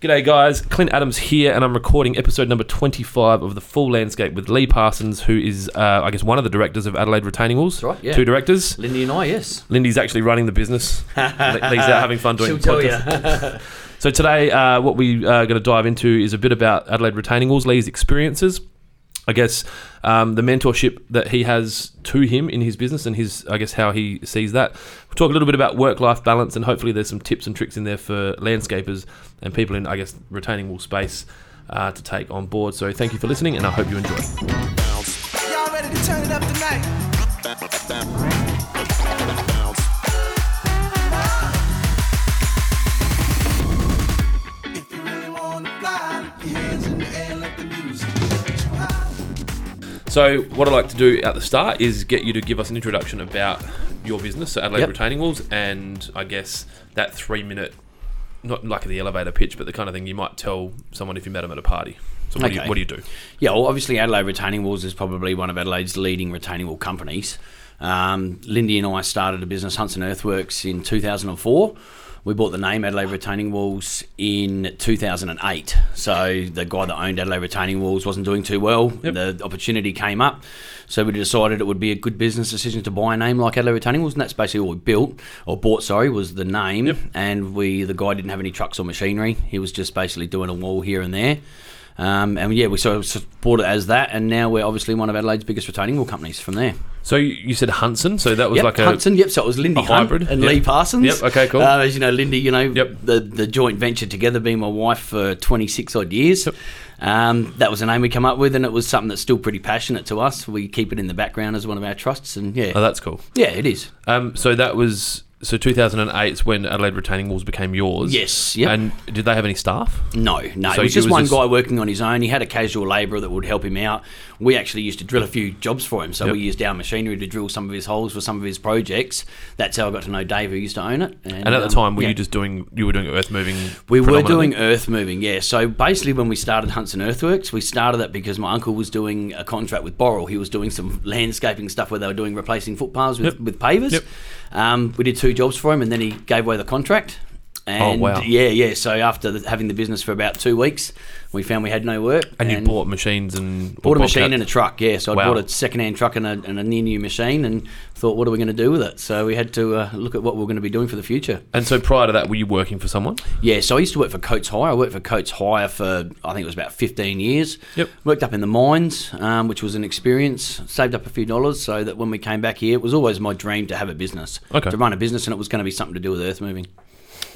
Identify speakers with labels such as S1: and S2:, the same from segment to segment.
S1: G'day, guys. Clint Adams here, and I'm recording episode number 25 of The Full Landscape with Lee Parsons, who is, uh, I guess, one of the directors of Adelaide Retaining Walls.
S2: That's right, yeah.
S1: Two directors.
S2: Lindy and I, yes.
S1: Lindy's actually running the business. Lee's out having fun doing
S2: She'll
S1: the
S2: tell
S1: podcast.
S2: you.
S1: So today, uh, what we are going to dive into is a bit about Adelaide retaining walls, Lee's experiences. I guess um, the mentorship that he has to him in his business and his, I guess, how he sees that. We'll talk a little bit about work-life balance and hopefully there's some tips and tricks in there for landscapers and people in, I guess, retaining wall space uh, to take on board. So thank you for listening, and I hope you enjoy.
S3: Y'all ready to turn it up tonight? If you really wanna fly, put your hands in the air, let the music get you high.
S1: So what I'd like to do at the start is get you to give us an introduction about your business, so Adelaide
S2: Yep.
S1: Retaining Walls, and I guess that three-minute, not like the elevator pitch, but the kind of thing you might tell someone if you met them at a party. So what, do, you,
S2: Okay.
S1: what do you do?
S2: Yeah, well, obviously, Adelaide Retaining Walls is probably one of Adelaide's leading retaining wall companies. Um, Lindy and I started a business, Hunts and Earthworks, in 2004. We bought the name Adelaide Retaining Walls in 2008. So the guy that owned Adelaide Retaining Walls wasn't doing too well. The opportunity came up. So we decided it would be a good business decision to buy a name like Adelaide Retaining Walls. And that's basically all we built, or bought, sorry, was the name. And we the guy didn't have any trucks or machinery. He was just basically doing a wall here and there. Um, and yeah, we sort of support it as that, and now we're obviously one of Adelaide's biggest retaining wall companies from there.
S1: So you, you said Hudson, so that was
S2: Yep,
S1: like a
S2: Hudson, yep, so it was Lindy
S1: a
S2: Hunt
S1: hybrid,
S2: and
S1: yep.
S2: Lee Parsons.
S1: Yep, okay, cool.
S2: Uh, as you know, Lindy, you know,
S1: Yep.
S2: the, the joint venture together, being my wife for 26 odd years. Um, that was a name we come up with, and it was something that's still pretty passionate to us. We keep it in the background as one of our trusts, and yeah,
S1: Oh, that's cool.
S2: yeah, it is.
S1: Um, so that was so 2008 is when Adelaide Retaining Walls became yours.
S2: Yes, yep.
S1: And did they have any staff?
S2: No, no.
S1: So
S2: it was
S1: it was
S2: just one
S1: just-
S2: guy working on his own. He had a casual labourer that would help him out. We actually used to drill a few jobs for him. So
S1: Yep.
S2: we used our machinery to drill some of his holes for some of his projects. That's how I got to know Dave, who used to own it.
S1: And at the
S2: um,
S1: time, were
S2: yeah.
S1: you just doing you were doing earth moving?
S2: We were
S1: predominantly?
S2: doing earth moving, yeah. So basically, when we started Hunts and Earthworks, we started that because my uncle was doing a contract with Borrell. He was doing some landscaping stuff where they were doing replacing footpaths with,
S1: Yep.
S2: with pavers.
S1: Yep.
S2: Um, we did two jobs for him, and then he gave away the contract. And
S1: Oh, wow.
S2: Yeah, yeah. So after the, having the business for about two weeks, we found we had no work.
S1: And you bought machines and
S2: Bought a
S1: Bobcat-
S2: machine and a truck, yeah. So I
S1: Wow.
S2: bought a second-hand truck and a, and a near-new machine, and thought, what are we going to do with it? So we had to uh, look at what we are going to be doing for the future.
S1: And so prior to that, were you working for someone?
S2: Yeah, so I used to work for Coates Hire. I worked for Coates Hire for I think it was about fifteen years.
S1: Yep.
S2: Worked up in the mines, um, which was an experience. Saved up a few dollars so that when we came back here, it was always my dream to have a business,
S1: Okay.
S2: to run a business, and it was going to be something to do with earth moving.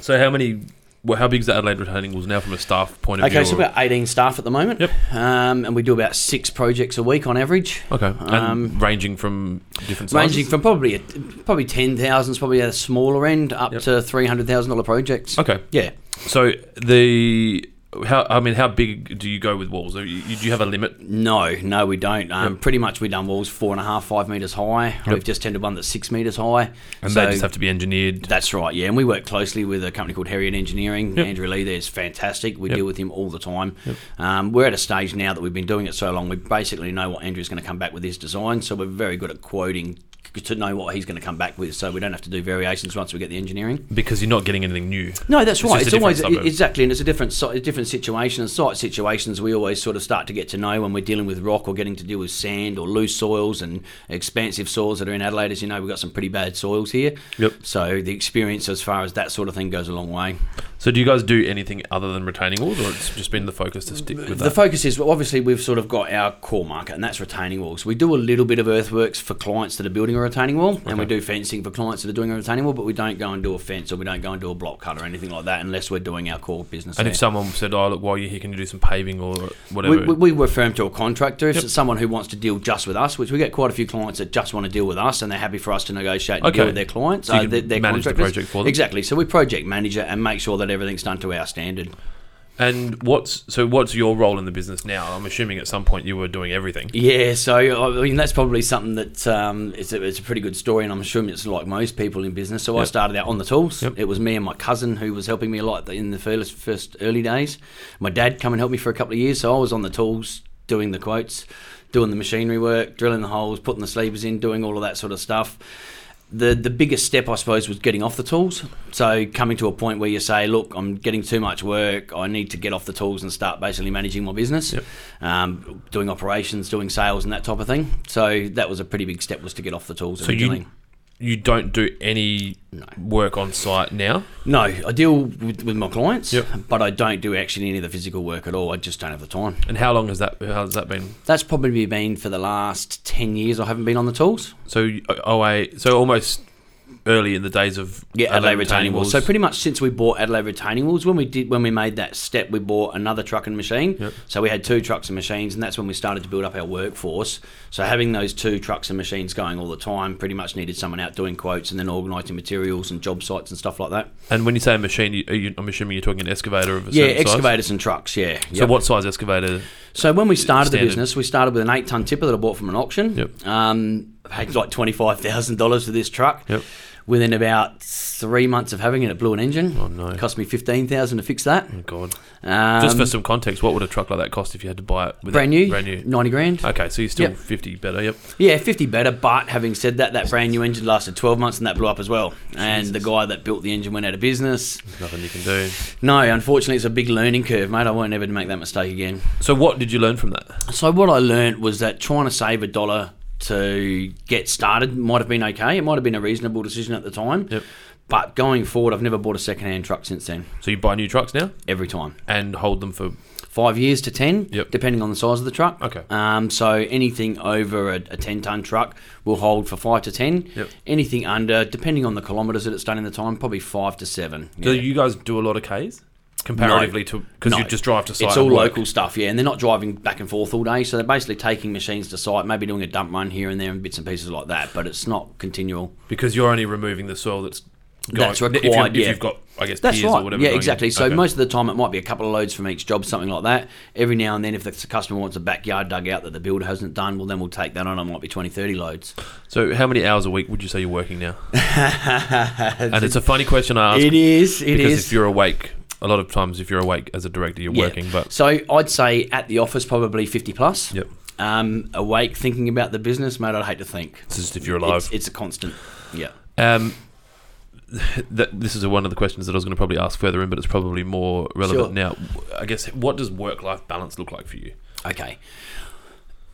S1: So how many? Well, how big is the Adelaide Retaining Walls now from a staff point of view?
S2: Okay, so
S1: or-
S2: about eighteen staff at the moment.
S1: Yep.
S2: Um, and we do about six projects a week on average.
S1: Okay, and
S2: Um,
S1: ranging from different sizes.
S2: Ranging from probably a, probably ten thousand, probably at a smaller end, up
S1: Yep.
S2: to three hundred thousand dollar projects.
S1: okay,
S2: Yeah.
S1: so the how I mean, how big do you go with walls? Are you, do you have a limit?
S2: No, no, we don't. Um, Pretty much, we done walls four and a half, five meters high. We've just tended one that's six meters high.
S1: And
S2: So-
S1: they just have to be engineered.
S2: That's right, yeah. And we work closely with a company called Harriet Engineering. Andrew Lee there's fantastic. We deal with him all the time. Um, we're at a stage now that we've been doing it so long, we basically know what Andrew's going to come back with his design. So we're very good at quoting c- to know what he's going to come back with. So we don't have to do variations once we get the engineering.
S1: because you're not getting anything new.
S2: No, that's right.
S1: just
S2: It's
S1: a
S2: always
S1: different suburb.
S2: exactly, and it's a different si- a different situation. And site situations, we always sort of start to get to know when we're dealing with rock or getting to deal with sand or loose soils and expansive soils that are in Adelaide. As you know, we've got some pretty bad soils here.
S1: Yep.
S2: So the experience as far as that sort of thing goes a long way.
S1: So do you guys do anything other than retaining walls, or it's just been the focus to stick with
S2: The
S1: that?
S2: focus is well, obviously we've sort of got our core market, and that's retaining walls. We do a little bit of earthworks for clients that are building a retaining wall, and we do fencing for clients that are doing a retaining wall. But we don't go and do a fence, or we don't go and do a block cut, or anything like that, unless we're doing our core business.
S1: and
S2: there.
S1: if someone said, "Oh, look, while you're here, can you do some paving or whatever?"
S2: We, we, we were firm to a contractor. If it's someone who wants to deal just with us, which we get quite a few clients that just want to deal with us, and they're happy for us to negotiate and
S1: Okay.
S2: deal with their clients.
S1: So you
S2: uh,
S1: can
S2: their- their
S1: manage the
S2: contractors.
S1: project for them?
S2: Exactly. So we project manager and make sure that everything's done to our standard.
S1: and what's so? What's your role in the business now? I'm assuming at some point you were doing everything.
S2: Yeah, so I mean that's probably something that um, it's, a, it's a pretty good story, and I'm assuming it's like most people in business. So I started out on the tools. It was me and my cousin who was helping me a lot in the first, first early days. My dad come and helped me for a couple of years, so I was on the tools doing the quotes, doing the machinery work, drilling the holes, putting the sleepers in, doing all of that sort of stuff. the the biggest step, I suppose, was getting off the tools. So coming to a point where you say, "Look, I'm getting too much work. I need to get off the tools and start basically managing my business,
S1: Yep.
S2: um, doing operations, doing sales, and that type of thing." So that was a pretty big step was to get off the tools.
S1: So
S2: originally.
S1: you you don't do any work on site now.
S2: No, I deal with, with my clients,
S1: Yep.
S2: but I don't do actually any of the physical work at all. I just don't have the time.
S1: And how long has that how has that been?
S2: That's probably been for the last ten years. I haven't been on the tools.
S1: So you- oh, I so almost early in the days of
S2: Yeah, Adelaide, retaining walls. So pretty much since we bought Adelaide retaining walls, when we did when we made that step, we bought another truck and machine.
S1: Yep.
S2: So we had two trucks and machines, and that's when we started to build up our workforce. So having those two trucks and machines going all the time, pretty much needed someone out doing quotes and then organising materials and job sites and stuff like that.
S1: and when you say a machine, you, are you, I'm assuming you're talking an excavator of a
S2: Yeah,
S1: certain size?
S2: excavators and trucks. Yeah.
S1: So
S2: Yep.
S1: what size excavator?
S2: So when we started the
S1: Standard.
S2: business, we started with an eight ton tipper that I bought from an auction.
S1: Yep.
S2: Um, I paid like twenty five thousand dollars for this truck.
S1: Yep.
S2: Within about three months of having it, it blew an engine.
S1: Oh, no.
S2: It cost me fifteen thousand to fix that.
S1: Oh God.
S2: Um,
S1: Just for some context, what would a truck like that cost if you had to buy it? With
S2: brand new,
S1: Brand new. Oh.
S2: ninety grand.
S1: Okay, so you're still
S2: Yep.
S1: 50 better. Yep.
S2: Yeah, fifty better. But having said that, that brand new engine lasted twelve months, and that blew up as well. And the guy that built the engine went out of business.
S1: Nothing you can do.
S2: No, unfortunately, it's a big learning curve, mate. I won't ever make that mistake again.
S1: So what did you learn from that?
S2: So what I learnt was that trying to save a dollar to get started might have been okay. It might have been a reasonable decision at the time.
S1: Yep.
S2: But going forward, I've never bought a second-hand truck since then.
S1: So you buy new trucks now
S2: Every time,
S1: and hold them for
S2: five years to ten,
S1: Yep.
S2: depending on the size of the truck.
S1: Okay.
S2: Um, so anything over a, a ten-ton truck will hold for five to ten.
S1: Yep.
S2: Anything under, depending on the kilometres that it's done in the time, probably five to seven.
S1: Do
S2: Yeah.
S1: you guys do a lot of Ks comparatively to because
S2: No.
S1: you just drive to site?
S2: It's all
S1: and work?
S2: local stuff, yeah, and they're not driving back and forth all day, so they're basically taking machines to site, maybe doing a dump run here and there and bits and pieces like that, but it's not continual.
S1: because you're only removing the soil that's going,
S2: That's
S1: if you-
S2: required,
S1: If,
S2: yeah.
S1: you've got, I guess,
S2: That's
S1: piers
S2: right.
S1: or whatever.
S2: yeah,
S1: going in.
S2: exactly. So
S1: Okay.
S2: most of the time, it might be a couple of loads from each job, something like that. Every now and then, if the customer wants a backyard dug out that the builder hasn't done, well, then we'll take that on. It might be 20, 30 loads.
S1: So how many hours a week would you say you're working now? and it's a funny question I ask
S2: It is. It
S1: because
S2: is.
S1: if you're awake, a lot of times if you're awake as a director, you're
S2: Yeah.
S1: working, but
S2: so I'd say at the office probably fifty plus.
S1: Yep.
S2: Um, awake thinking about the business, mate. I'd hate to think.
S1: it's just if you're alive.
S2: It's, it's a constant. Yeah.
S1: Um, th- this is one of the questions that I was going to probably ask further in, but it's probably more relevant
S2: Sure.
S1: now. W- I guess what does work-life balance look like for you?
S2: Okay.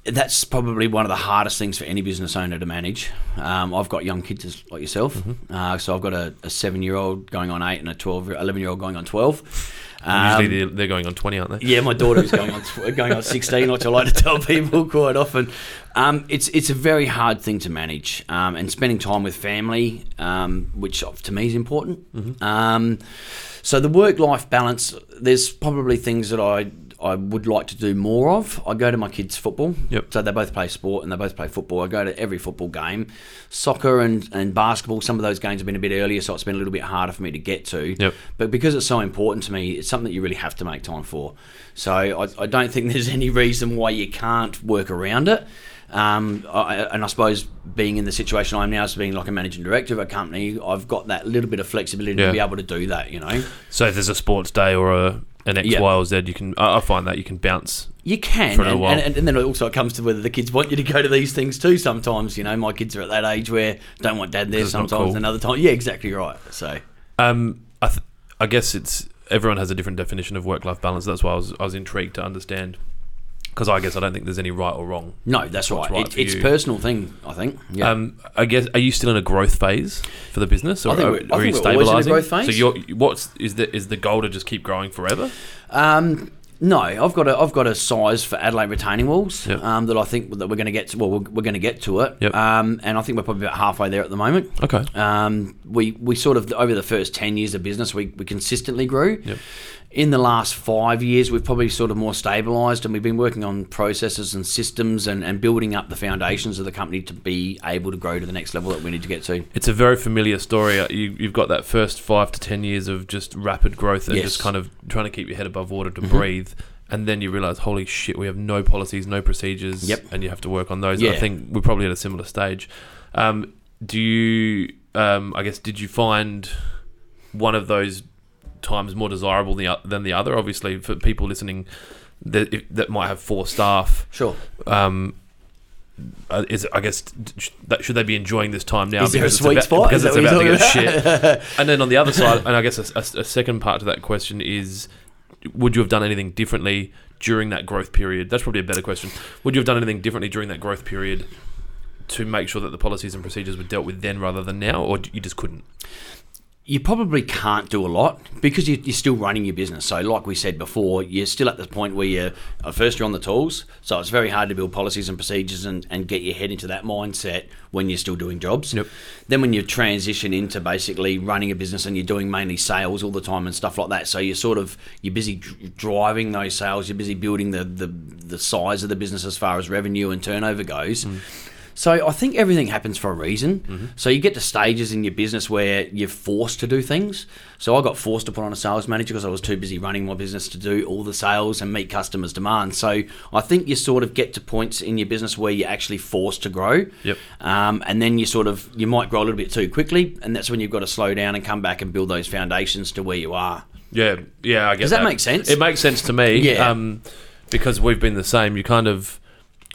S2: That's probably one of the hardest things for any business owner to manage. Um, I've got young kids as- like yourself. Uh, so I've got a, a seven year old going on eight and a 12, 11 year old going on 12. Um,
S1: Usually they're, they're going on twenty, aren't they?
S2: yeah, my daughter is going on tw- going on sixteen, which I like to tell people quite often. Um, it's it's a very hard thing to manage, um, and spending time with family, um, which to me is important.
S1: Mm-hmm.
S2: Um, so the work life balance, there's probably things that I I would like to do more of. I go to my kids' football,
S1: Yep.
S2: so they both play sport and they both play football. I go to every football game, soccer and and basketball. Some of those games have been a bit earlier, so it's been a little bit harder for me to get to.
S1: Yep.
S2: But because it's so important to me, it's something that you really have to make time for. So I, I don't think there's any reason why you can't work around it. Um, I, and I suppose being in the situation I'm now, so being like a managing director of a company, I've got that little bit of flexibility
S1: Yeah.
S2: to be able to do that. You know,
S1: So if there's a sports day or a an X,
S2: Yeah.
S1: Y, or Z, you can. I, I find that you can bounce.
S2: you can,
S1: For a little
S2: and,
S1: while.
S2: and, and then it also comes to whether the kids want you to go to these things too. Sometimes, you know, my kids are at that age where don't want dad there.
S1: Because it's not
S2: Sometimes
S1: cool.
S2: another time, yeah, exactly right. So
S1: Um, I, th- I guess it's everyone has a different definition of work-life balance. That's why I was I was intrigued to understand because I guess I don't think there's any right or wrong.
S2: no, that's right.
S1: right
S2: it,
S1: for
S2: it's
S1: you.
S2: personal thing, I think. Yeah.
S1: Um, I guess are you still in a growth phase for the business, or
S2: I think
S1: are,
S2: we're- I
S1: are you
S2: think we're always in a
S1: stabilizing?
S2: growth phase.
S1: So you're, what's is the is the goal to just keep growing forever?
S2: Um, no, I've got a I've got a size for Adelaide retaining walls
S1: Yep.
S2: um, that I think that we're going to get to. Well, we're, we're going to get to it,
S1: Yep.
S2: um, and I think we're probably about halfway there at the moment.
S1: Okay.
S2: Um, we we sort of over the first ten years of business, we, we consistently grew.
S1: Yep.
S2: In the last five years, we've probably sort of more stabilised, and we've been working on processes and systems and, and building up the foundations of the company to be able to grow to the next level that we need to get to.
S1: It's a very familiar story. Uh, You, you've got that first five to ten years of just rapid growth and
S2: Yes. Mm-hmm.
S1: just kind of trying to keep your head above water to breathe, and then you realize, holy shit, we have no policies, no procedures,
S2: Yep.
S1: and you have to work on those. And I
S2: Yeah.
S1: think we're probably at a similar stage. Um, do you? Um, I guess did you find one of those times more desirable than the, o- than the other? Obviously, for people listening that, that might have four staff
S2: Sure.
S1: um, uh, is I guess d- sh- that- should they be enjoying this time now?
S2: Is there a
S1: because it's
S2: sweet
S1: about-
S2: spot?
S1: Because it's
S2: Is that
S1: about
S2: what
S1: to
S2: you're
S1: get shit. and then on the other side, and I guess a, a- a second part to that question is, would you have done anything differently during that growth period? That's probably a better question. Would you have done anything differently during that growth period to make sure that the policies and procedures were dealt with then rather than now, or d- you just couldn't?
S2: you probably can't do a lot because you, you're still running your business. So, like we said before, you're still at the point where you're uh, first you're on the tools. So it's very hard to build policies and procedures and, and get your head into that mindset when you're still doing jobs.
S1: Yep.
S2: Then when you transition into basically running a business and you're doing mainly sales all the time and stuff like that, so you're sort of you're busy dr- driving those sales. You're busy building the the, the size of the business as far as revenue and turnover goes. So I think everything happens for a reason.
S1: Mm-hmm.
S2: So you get to stages in your business where you're forced to do things. So I got forced to put on a sales manager because I was too busy running my business to do all the sales and meet customers' demand. So I think you sort of get to points in your business where you're actually forced to grow.
S1: Yep.
S2: Um, and then you sort of you might grow a little bit too quickly, and that's when you've got to slow down and come back and build those foundations to where you are.
S1: Yeah, yeah, I guess.
S2: Does that make sense?
S1: It makes sense to me.
S2: Yeah.
S1: Um, because we've been the same. You kind of,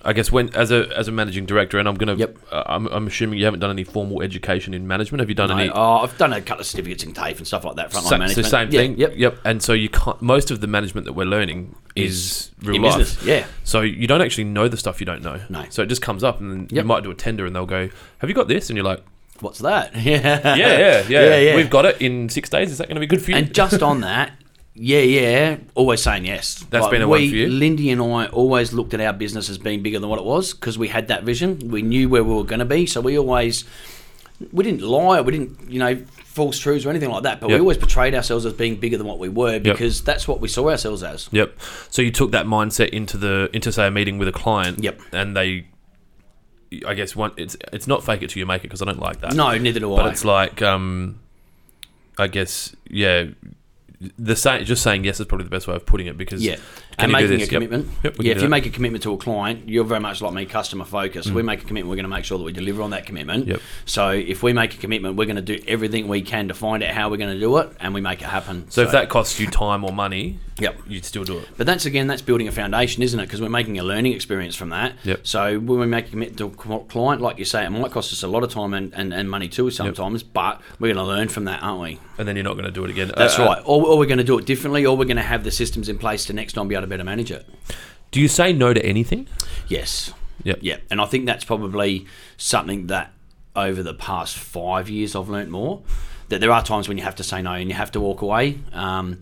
S1: I guess, when as a as a managing director, and I'm gonna.
S2: Yep.
S1: Uh, I'm, I'm assuming you haven't done any formal education in management. Have you done any?
S2: I, oh, I've done a couple of certificates in TAFE and stuff like that. Frontline
S1: Sa- it's
S2: management.
S1: the same
S2: Yeah,
S1: thing.
S2: Yep.
S1: Yep. And so you can't, most of the management that we're learning is, real
S2: in
S1: life.
S2: business, yeah.
S1: So you don't actually know the stuff you don't know.
S2: No.
S1: So it just comes up, and then you
S2: Yep.
S1: might do a tender, and they'll go, "Have you got this?" And you're like,
S2: What's that? Yeah.
S1: "Yeah, yeah, yeah.
S2: yeah, yeah.
S1: We've got it in six days. Is that going to be good for you?"
S2: And just on that, yeah, yeah, always saying yes.
S1: That's
S2: That's
S1: been a
S2: we,
S1: one for you?
S2: Lindy and I always looked at our business as being bigger than what it was because we had that vision. We knew where we were going to be, so we always we didn't lie, we didn't, you know, false truths or anything like that. But
S1: Yep.
S2: we always portrayed ourselves as being bigger than what we were because that's what we saw ourselves as.
S1: Yep. So you took that mindset into the into say a meeting with a client.
S2: Yep.
S1: And they, I guess one it's it's not fake it till you make it because I don't like that.
S2: No, neither do
S1: But
S2: I.
S1: it's like um, I guess yeah, the say, just saying yes is probably the best way of putting it because
S2: Yeah.
S1: can
S2: and
S1: you do this?
S2: making a
S1: Yep.
S2: commitment.
S1: Yep, we
S2: yeah,
S1: can
S2: if
S1: do
S2: you
S1: that. Mm.
S2: make a commitment to a client, you're very much like me, customer focused. We make a commitment, we're going to make sure that we deliver on that commitment.
S1: Yep.
S2: So if we make a commitment, we're going to do everything we can to find out how we're going to do it and we make it happen.
S1: so if that costs you time or money,
S2: Yep.
S1: you'd still do it.
S2: But that's again, that's building a foundation, isn't it? Because we're making a learning experience from that.
S1: Yep.
S2: So when we make a commitment to a cl- client, like you say, it might cost us a lot of time and, and, and money too sometimes, but we're going to learn from that, aren't we?
S1: And then you're not going to do it again.
S2: That's
S1: Uh, uh,
S2: right. Or, or we're going to do it differently, or we're going to have the systems in place to next time be able to better manage it.
S1: Do you say no to anything?
S2: Yes.
S1: Yep.
S2: Yeah, and I think that's probably something that over the past five years I've learnt more. That there are times when you have to say no and you have to walk away. Um,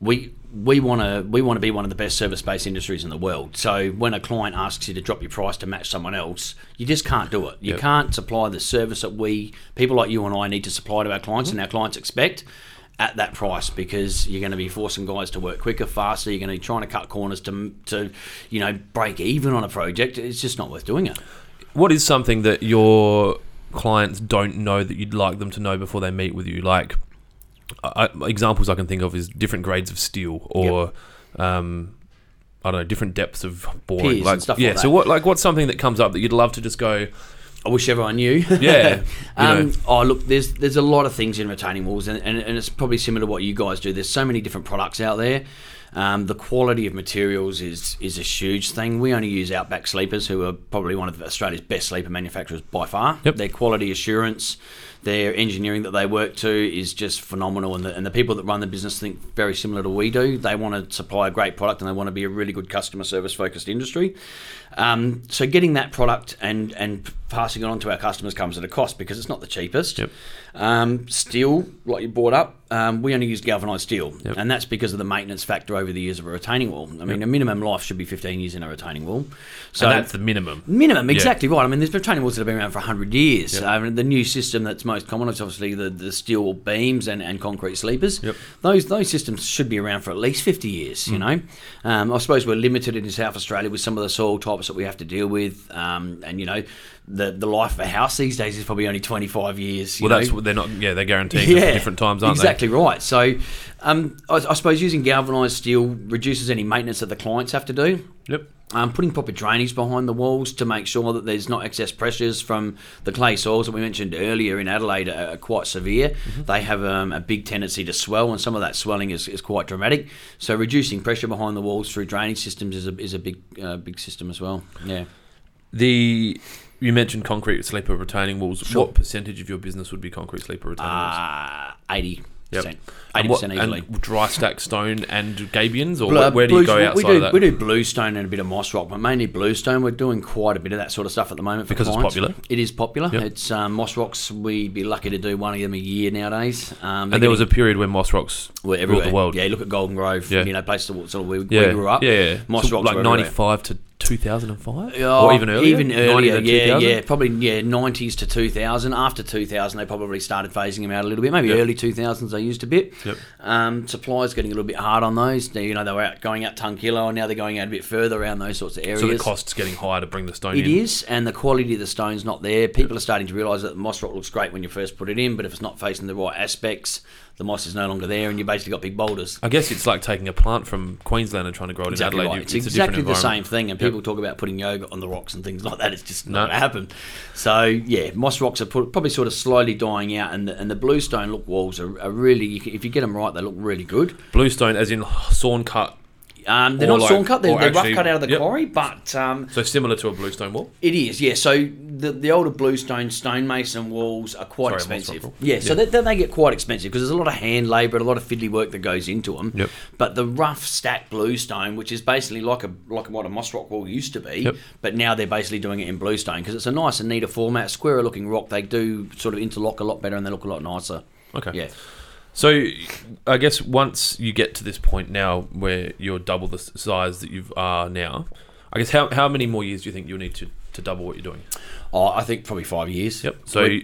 S2: we we want to we want to be one of the best service based industries in the world. So when a client asks you to drop your price to match someone else, you just can't do it. You
S1: Yep.
S2: can't supply the service that we people like you and I need to supply to our clients and our clients expect at that price because you're going to be forcing guys to work quicker, faster. You're going to be trying to cut corners to to you know break even on a project. It's just not worth doing it.
S1: What is something that your clients don't know that you'd like them to know before they meet with you? Like I, I- examples I can think of is different grades of steel or. Um, I don't know, different depths of boring,
S2: Piers and
S1: like
S2: stuff like
S1: yeah. so
S2: that.
S1: what, like, what's something that comes up that you'd love to just go,
S2: I wish everyone knew.
S1: Yeah, you
S2: um,
S1: know.
S2: Oh, look, there's there's a lot of things in retaining walls, and, and, and it's probably similar to what you guys do. There's so many different products out there. Um, the quality of materials is is a huge thing. We only use Outback Sleepers, who are probably one of Australia's best sleeper manufacturers by far.
S1: Yep.
S2: Their quality assurance, their engineering that they work to is just phenomenal, and the, and the people that run the business think very similar to we do. They want to supply a great product, and they want to be a really good customer service focused industry. Um, so getting that product and and passing it on to our customers comes at a cost because it's not the cheapest.
S1: Yep.
S2: Um, steel, like you brought up, um, we only use galvanized steel,
S1: Yep.
S2: and that's because of the maintenance factor over the years of a retaining wall. I mean, a minimum life should be 15 years in a retaining wall. So
S1: and that's the minimum.
S2: Minimum, exactly right. I mean, there's retaining walls that have been around for 100 years. I mean, the new system that's most common is obviously the, the steel beams and, and concrete sleepers.
S1: Yep. Hmm.
S2: Those those systems should be around for at least 50 years, you know. Um, I suppose we're limited in South Australia with some of the soil types that we have to deal with. Um, and, you know, the, the life of a house these days is probably only 25 years. you
S1: Well, that's
S2: know?
S1: what they're not. Yeah, they're guaranteeing them for different times, aren't
S2: exactly right. So, um, I, I suppose using galvanised steel reduces any maintenance that the clients have to do
S1: they? Yep.
S2: um, putting proper drainage behind the walls to make sure that there's not excess pressures from the clay soils that we mentioned earlier in Adelaide are, are quite severe.
S1: Mm-hmm.
S2: They have um, a big tendency to swell, and some of that swelling is, is quite dramatic. So reducing pressure behind the walls through drainage systems is a, is a big uh, big system as well. Yeah.
S1: the you mentioned concrete sleeper retaining walls.
S2: Sure.
S1: What percentage of your business would be concrete sleeper retaining walls?
S2: Uh, 80%.
S1: Ah. Yep.
S2: 80%
S1: And what-
S2: easily.
S1: And dry stack stone and gabions, or
S2: Blu-
S1: where, where do you
S2: blues-
S1: go outside
S2: we do,
S1: of that?
S2: We do bluestone and a bit of moss rock, but mainly bluestone. We're doing quite a bit of that sort of stuff at the moment for
S1: Because it's
S2: clients.
S1: popular?
S2: It is popular.
S1: Yep.
S2: It's um, moss rocks. We'd be lucky to do one of them a year nowadays. Um,
S1: and there was a period when moss rocks
S2: Well,
S1: ruled
S2: everywhere.
S1: the world.
S2: Yeah, you look at Golden Grove,
S1: Yeah.
S2: you know, places that sort of where,
S1: yeah.
S2: where we grew up.
S1: Yeah, yeah.
S2: Moss
S1: So
S2: rocks
S1: like
S2: were
S1: ninety
S2: everywhere.
S1: five to two thousand and five,
S2: Oh,
S1: or even earlier.
S2: Even
S1: 90 to
S2: earlier, yeah,
S1: 2000?
S2: yeah. Probably, yeah, 90s to 2000. After 2000, they probably started phasing them out a little bit. Maybe
S1: Yep.
S2: early 2000s they used a bit.
S1: Yep.
S2: Um, supply's getting a little bit hard on those. Now, You know, they were out, going out ton kilo, and now they're going out a bit further around those sorts of areas.
S1: So the cost's getting higher to bring the stone
S2: It
S1: in.
S2: is, and the quality of the stone's not there. People are starting to realise that the moss rock looks great when you first put it in, but if it's not facing the right aspects, the moss is no longer there, and you basically got big boulders.
S1: I guess it's like taking a plant from Queensland and trying to grow it in
S2: Exactly
S1: Adelaide.
S2: right.
S1: You-
S2: It's,
S1: a
S2: exactly
S1: different
S2: the same
S1: environment.
S2: thing, and
S1: Yep.
S2: people talk about putting yogurt on the rocks and things like that. It's just not
S1: No.
S2: going to happen. So yeah, moss rocks are pro- probably sort of slowly dying out, and the, and the bluestone look walls are, are really, you can- if you get them right, they look really good.
S1: Bluestone, as in sawn cut,
S2: Um, they're
S1: Or
S2: not
S1: like-
S2: sawn cut; they're,
S1: or
S2: they're rough
S1: actually-
S2: cut out of the
S1: yep.
S2: quarry, but um,
S1: so similar to a bluestone wall.
S2: It is, yeah. So the, the older bluestone stone-mason walls are quite
S1: Sorry, I'm on
S2: expensive.
S1: top rope.
S2: Yeah, so
S1: Yeah.
S2: they, they, they get quite expensive because there's a lot of hand labour and a lot of fiddly work that goes into them.
S1: Yep.
S2: But the rough stack bluestone, which is basically like a like what a moss rock wall used to be,
S1: Yep.
S2: but now they're basically doing it in bluestone because it's a nicer, neater format, squarer looking rock. They do sort of interlock a lot better and they look a lot nicer.
S1: Okay.
S2: Yeah.
S1: So, I guess once you get to this point now where you're double the s- size that you are now, I guess how, how many more years do you think you'll need to, to double what you're doing?
S2: Oh, I think probably five years.
S1: Yep. So,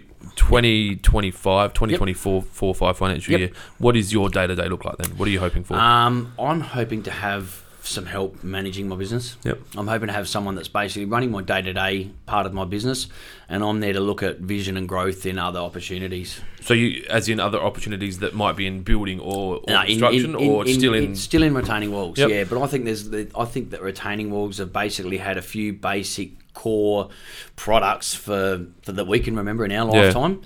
S1: 2025, 2024, 4 5 financial
S2: Yep.
S1: year, what is your day to day look like then? What are you hoping for?
S2: Um, I'm hoping to have some help managing my business.
S1: Yep.
S2: I'm hoping to have someone that's basically running my day to day part of my business, and I'm there to look at vision and growth in other opportunities.
S1: so, you as in other opportunities that might be in building or, or
S2: No, Uh, in-
S1: construction
S2: in- in-
S1: or still in.
S2: it's still in retaining walls.
S1: Yep.
S2: Yeah, but I think there's the, I think that retaining walls have basically had a few basic core products for, for that we can remember in our
S1: Yeah.
S2: lifetime.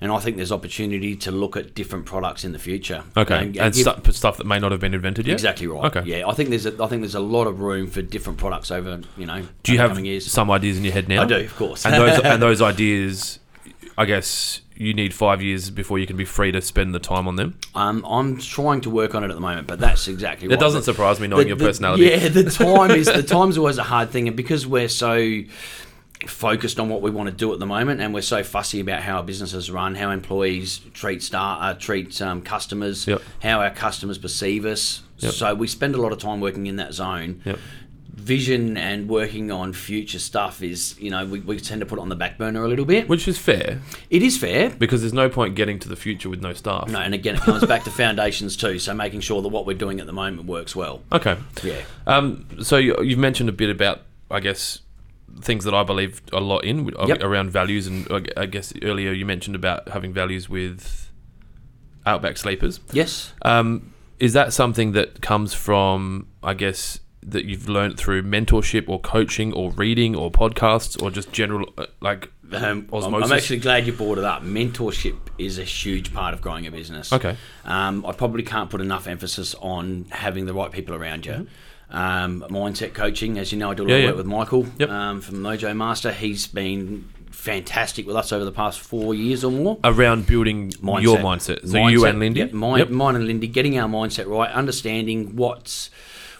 S2: And I think there's opportunity to look at different products in the future.
S1: okay.
S2: And-
S1: And,
S2: and give-
S1: stu- stuff that may not have been invented yet?
S2: Exactly right.
S1: Okay.
S2: Yeah, I think there's a, I think there's a lot of room for different products over you know
S1: Do you
S2: over
S1: have
S2: coming years.
S1: some ideas in your head now?
S2: I do, of course.
S1: and those and those ideas, I guess you need five years before you can be free to spend the time on them.
S2: um, I'm trying to work on it at the moment, but that's exactly
S1: That
S2: right.
S1: doesn't
S2: The-
S1: surprise me, knowing
S2: the-
S1: your
S2: the-
S1: personality.
S2: Yeah, the time is the time's always a hard thing, and because we're so focused on what we want to do at the moment, and we're so fussy about how our businesses run, how employees treat star uh, treat um, customers,
S1: Yep.
S2: how our customers perceive us.
S1: Yep.
S2: So we spend a lot of time working in that zone.
S1: Yep.
S2: Vision and working on future stuff is, you know, we, we tend to put it on the back burner a little bit.
S1: Which is fair
S2: It is fair,
S1: because there's no point getting to the future with no staff.
S2: No, and again, it comes back to foundations too. So making sure that what we're doing at the moment works well.
S1: Okay.
S2: Yeah.
S1: Um, so you, you've mentioned a bit about, I guess, things that I believe a lot in with- uh,
S2: Yep.
S1: around values, and uh, I- I guess earlier you mentioned about having values with Outback sleepers.
S2: Yes.
S1: Um, is that something that comes from, I guess, that you've learned through mentorship or coaching or reading or podcasts or just general, uh, like,
S2: Um, I'm,
S1: Osmosis.
S2: I'm actually glad you brought it up. Mentorship is a huge part of growing a business.
S1: Okay.
S2: Um, I probably can't put enough emphasis on having the right people around you. Um, mindset coaching, as you know, I do a lot
S1: Mm-hmm. Yeah,
S2: of
S1: yeah.
S2: work with Michael
S1: Yep.
S2: um, from Mojo Master. He's been fantastic with us over the past four years or more.
S1: around building your mindset? So you and Lindy?
S2: Yeah, mine,
S1: Yep.
S2: mine and Lindy, getting our mindset right, understanding what's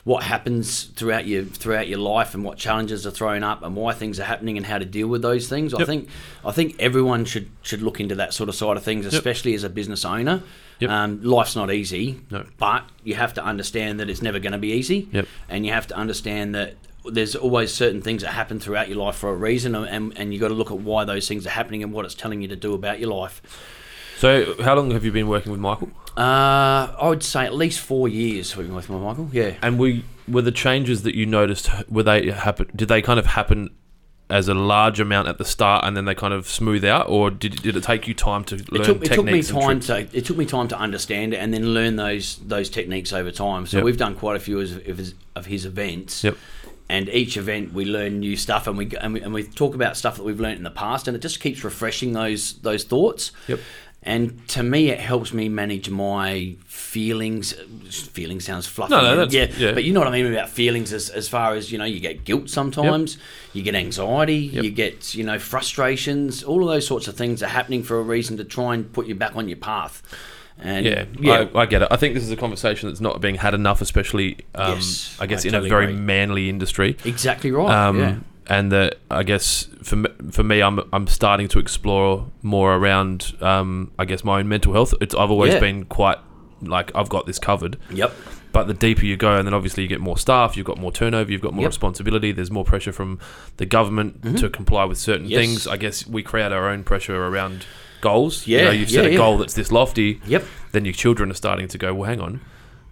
S2: what happens throughout your throughout your life and what challenges are thrown up and why things are happening and how to deal with those things. I
S1: Yep.
S2: think I think everyone should should look into that sort of side of things, especially as a business owner.
S1: Yep.
S2: Um, life's not easy,
S1: No.
S2: but you have to understand that it's never going to be easy,
S1: Yep.
S2: and you have to understand that. There's always certain things that happen throughout your life for a reason, and- and, and you got to look at why those things are happening and what it's telling you to do about your life.
S1: So how long have you been working with Michael?
S2: Uh, I would say at least four years with with my Michael. Yeah.
S1: And were, were the changes that you noticed, were they happen, did they kind of happen as a large amount at the start and then they kind of smooth out or did, did it take you time to learn
S2: It took, it took me
S1: techniques and
S2: time
S1: tricks?
S2: to it took me time to understand it and then learn those those techniques over time. So
S1: Yep.
S2: we've done quite a few of of his, of his events,
S1: Yep.
S2: and each event we learn new stuff and we, go- and we and we talk about stuff that we've learned in the past, and it just keeps refreshing those those thoughts.
S1: Yep.
S2: And to me, it helps me manage my feelings. Feelings sounds fluffy.
S1: No, no, that's-
S2: yeah,
S1: yeah.
S2: But you know what I mean about feelings as, as far as, you know, you get guilt sometimes, you get anxiety, you get, you know, frustrations. All of those sorts of things are happening for a reason to try and put you back on your path. And
S1: Yeah, I, I get it. I think this is a conversation that's not being had enough, especially, um,
S2: Yes,
S1: I guess,
S2: I
S1: in
S2: totally
S1: a very
S2: agree.
S1: manly industry.
S2: exactly right.
S1: Um,
S2: yeah.
S1: And that I guess for me, for me, I'm I'm starting to explore more around, um, I guess, my own mental health. It's I've always
S2: Yeah.
S1: been quite like I've got this covered.
S2: Yep.
S1: But the deeper you go, and then obviously you get more staff, you've got more turnover, you've got more
S2: Yep. Mm-hmm.
S1: responsibility. There's more pressure from the government to comply with certain
S2: Yes.
S1: things. I guess we create our own pressure around goals. you
S2: Yeah,
S1: know, you've set
S2: yeah,
S1: a
S2: yeah.
S1: goal that's this lofty.
S2: Yep.
S1: Then your children are starting to go. Well, hang on.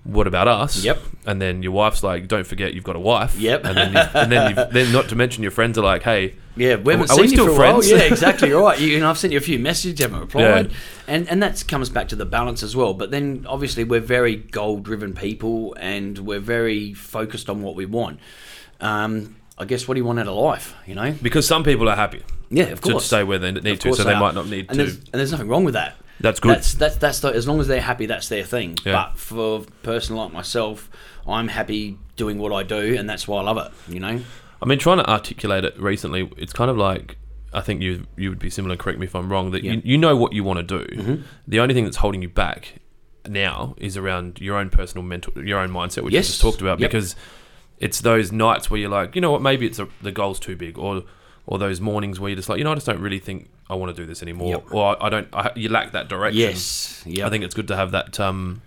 S1: What about us?
S2: Yep.
S1: And then your wife's like, "Don't forget, you've got a wife."
S2: Yep.
S1: And then, you've, and then, you've, then, not to mention your friends are like, "Hey,
S2: Yeah, we haven't
S1: Are
S2: seen
S1: we still
S2: you for
S1: friends?
S2: a while. Yeah, exactly right. You, you know, I've sent you a few messages, haven't replied,
S1: Yeah.
S2: and and that comes back to the balance as well. But then obviously we're very goal-driven people, and we're very focused on what we want. Um, I guess what do you want out of life? You know,
S1: because some people are happy
S2: yeah, of
S1: to
S2: course.
S1: stay where they need
S2: Of
S1: to,
S2: course
S1: so they
S2: are.
S1: might not need
S2: and
S1: to."
S2: There's, and there's nothing wrong with that.
S1: That's good.
S2: That's that's that's the, as long as they're happy, that's their thing.
S1: Yeah.
S2: But for a person like myself, I'm happy doing what I do, and that's why I love it. You know,
S1: I mean, trying to articulate it recently, it's kind of like I think you you would be similar. Correct me if I'm wrong. That
S2: Yeah. Mm-hmm.
S1: you, you know what you want to do. The only thing that's holding you back now is around your own personal mental, your own mindset, which
S2: Yes.
S1: you just talked about.
S2: Yep.
S1: Because it's those nights where you're like, you know what, maybe it's a, the goal's too big, or or those mornings where you're just like, you know, I just don't really think I want to do this anymore,
S2: Yep.
S1: or I, I don't. I, you lack that direction.
S2: yes, yeah,
S1: I think it's good to have that um,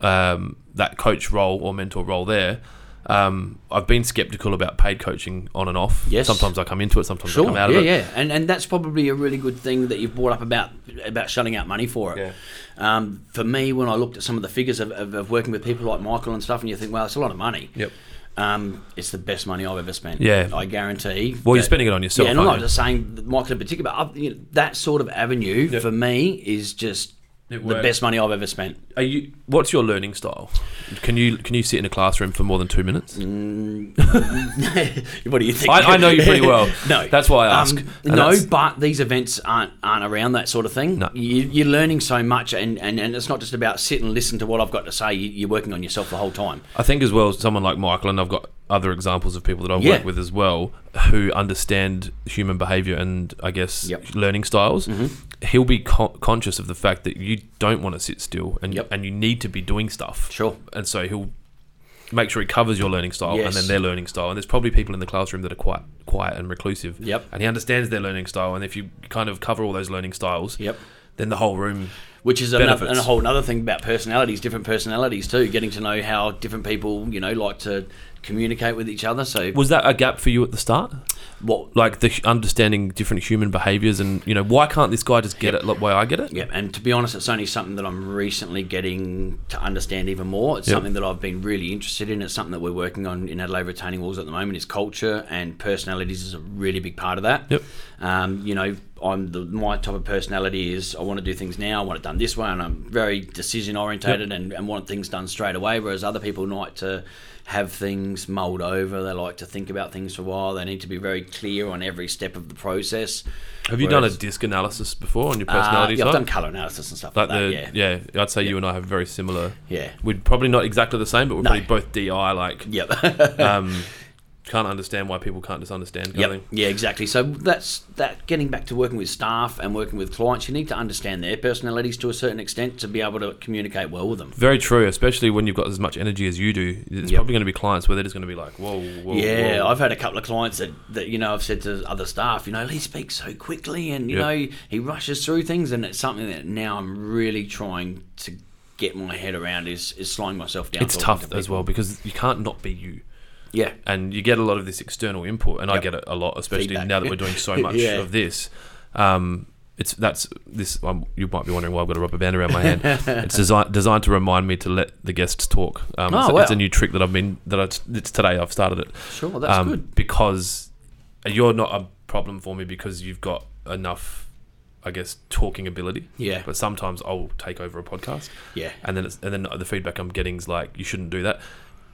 S1: um, that coach role or mentor role there. Um, I've been skeptical about paid coaching on and off.
S2: Yes.
S1: Sometimes I come into it, sometimes I come out
S2: yeah,
S1: of it.
S2: Yeah, and and that's probably a really good thing that you've brought up about about shutting out money for it.
S1: Yeah.
S2: Um, for me, when I looked at some of the figures of, of, of working with people like Michael and stuff, and you think, well, it's a lot of money.
S1: Yep.
S2: Um, it's the best money I've ever spent.
S1: Yeah.
S2: I guarantee.
S1: Well, you're
S2: that-
S1: spending it on yourself,
S2: Yeah, and I'm
S1: aren't
S2: not
S1: you?
S2: just saying that Michael in particular, but I, you know, that sort of avenue
S1: Yep.
S2: for me is just the
S1: It works.
S2: best money I've ever spent.
S1: Are you? What's your learning style? Can you can you sit in a classroom for more than two minutes?
S2: what do you think?
S1: I- I know you pretty well.
S2: no,
S1: That's why I ask.
S2: Um,
S1: And
S2: no,
S1: that's-
S2: but these events aren't aren't around that sort of thing.
S1: No.
S2: You, you're learning so much, and, and, and it's not just about sit and listen to what I've got to say. You, you're working on yourself the whole time.
S1: I think as well, someone like Michael, and I've got other examples of people that I've
S2: Yeah.
S1: worked with as well, who understand human behaviour and I guess
S2: Yep. Mm-hmm.
S1: learning styles. He'll be co- conscious of the fact that you don't want to sit still and
S2: Yep.
S1: and you need to be doing stuff.
S2: Sure.
S1: And so he'll make sure he covers your learning style and
S2: Yes.
S1: then their learning style. And there's probably people in the classroom that are quite quiet and reclusive.
S2: Yep.
S1: And he understands their learning style. And if you kind of cover all those learning styles,
S2: Yep.
S1: then the whole room
S2: Which is another,
S1: Benefits.
S2: and a whole another thing about personalities, different personalities too. Getting to know how different people, you know, like to communicate with each other. So
S1: was that a gap for you at the start?
S2: what?
S1: like the hu- understanding different human behaviors and you know why can't this guy just get it like way I get it?
S2: Yeah, and to be honest, it's only something that I'm recently getting to understand even more. It's
S1: Yep.
S2: something that I've been really interested in. It's something that we're working on in Adelaide Retaining Walls at the moment. Is culture and personalities is a really big part of that.
S1: Yep.
S2: Um, you know, I'm the my type of personality is I want to do things now. I want it done this way, and I'm very decision orientated and, and want things done straight away. Whereas other people like to have things mulled over. They like to think about things for a while. They need to be very clear on every step of the process.
S1: Have you done a
S2: Whereas-
S1: disc analysis before on your
S2: Uh,
S1: personality
S2: yeah, I've
S1: side?
S2: done colour analysis and stuff
S1: like
S2: like,
S1: the
S2: that. Yeah.
S1: yeah. I'd say you and I have very similar.
S2: Yeah.
S1: we're probably not exactly the same, but we're
S2: No.
S1: probably both DI like.
S2: Yep.
S1: Um, can't understand why people can't just understand. Kind of
S2: yep.
S1: thing.
S2: Yeah, exactly. So that's that getting back to working with staff and working with clients, you need to understand their personalities to a certain extent to be able to communicate well with them.
S1: Very true, especially when you've got as much energy as you do. It's
S2: Yep.
S1: probably going to be clients where they're just going to be like, "Whoa, whoa."
S2: Yeah,
S1: whoa.
S2: I've had a couple of clients that, that you know I've said to other staff, you know, he speaks so quickly and you
S1: Yeah.
S2: know he rushes through things, and it's something that now I'm really trying to get my head around is is slowing myself down.
S1: It's
S2: talking
S1: tough
S2: to
S1: as
S2: people.
S1: well because you can't not be you.
S2: Yeah,
S1: and you get a lot of this external input, and I
S2: Yep.
S1: get it a lot, especially
S2: Feedback.
S1: now that we're doing so much
S2: Yeah.
S1: of this. Um, it's that's this. Um, you might be wondering why I've got a rubber band around my hand. it's designed designed to remind me to let the guests talk. Um,
S2: Oh,
S1: it's, it's a
S2: wow.
S1: new trick that I've been that I, it's today I've started it.
S2: sure, that's
S1: um,
S2: good.
S1: because you're not a problem for me because you've got enough, I guess, talking ability.
S2: Yeah.
S1: But sometimes I'll take over a podcast
S2: Yeah,
S1: and then it's, and then the feedback I'm getting is like you shouldn't do that.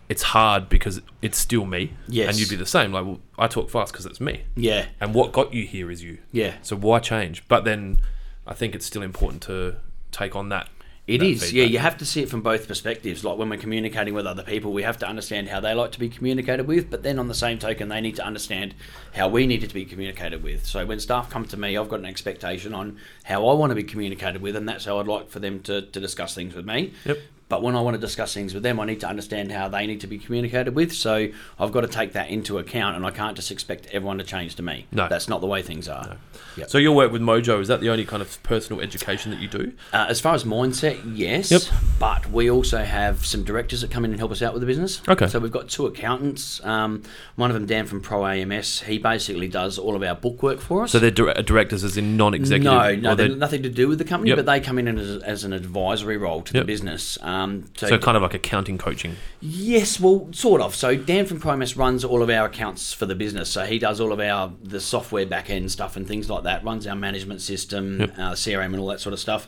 S1: It's hard because it's still me,
S2: Yes.
S1: and you'd be the same. Like well, I talk fast because it's me,
S2: yeah,
S1: and what got you here is you.
S2: yeah.
S1: So why change? But then I think it's still important to take on that.
S2: It
S1: that
S2: is, yeah.
S1: feedback.
S2: You have to see it from both perspectives. Like when we're communicating with other people, we have to understand how they like to be communicated with, but then on the same token, they need to understand how we need to be communicated with. So when staff come to me, I've got an expectation on how I want to be communicated with, and that's how I'd like for them to, to discuss things with me.
S1: Yep.
S2: But when I want to discuss things with them, I need to understand how they need to be communicated with. So I've got to take that into account, and I can't just expect everyone to change to me.
S1: No.
S2: that's not the way things are. Yep.
S1: So your work with Mojo is that the only kind of personal education that you do?
S2: Uh, as far as mindset, yes.
S1: Yep.
S2: But we also have some directors that come in and help us out with the business.
S1: Okay.
S2: So we've got two accountants. Um, one of them, Dan from Pro AMS, he basically does all of our book work for us.
S1: So they're dir- directors as in non-executive.
S2: no, no,
S1: or
S2: they're
S1: they're-
S2: nothing to do with the company,
S1: Yep.
S2: but they come in as, as an advisory role to
S1: Yep.
S2: the business. Um,
S1: so kind of like accounting coaching.
S2: Yes, well, sort of. So Dan from Primus runs all of our accounts for the business. So he does all of our the software back end stuff and things like that. Runs our management system, uh,
S1: Yep.
S2: our CRM, and all that sort of stuff.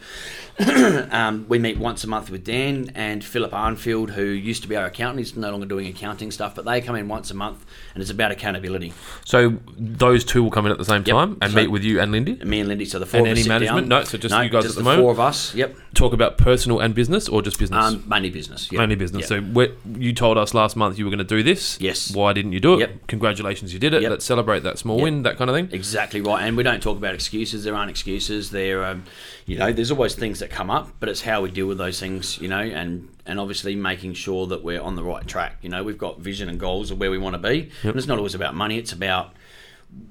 S2: um, we meet once a month with Dan and Philip Arnfield, who used to be our accountant. He's no longer doing accounting stuff, but they come in once a month, and it's about accountability.
S1: So those two will come in at the same
S2: Yep.
S1: time and
S2: So-
S1: meet with you and Lindy.
S2: Me and Lindy, so the four
S1: And
S2: of us
S1: any
S2: sit
S1: management?
S2: down.
S1: No, so just you guys at the moment?
S2: four of us. Yep,
S1: Talk about personal and business, or just business.
S2: um, mainly business. Yep.
S1: Only business.
S2: Yep.
S1: So where, you told us last month you were going to do this.
S2: Yes.
S1: Why didn't you do it?
S2: Yep.
S1: Congratulations, you did it.
S2: Yep.
S1: Let's celebrate that small
S2: Yep.
S1: win, that kind of thing.
S2: Exactly right, and we don't talk about excuses. There aren't excuses. There, um, you know, there's always things that come up, but it's how we deal with those things, you know, and and obviously making sure that we're on the right track. You know, we've got vision and goals of where we want to be, and it's not always about money. It's about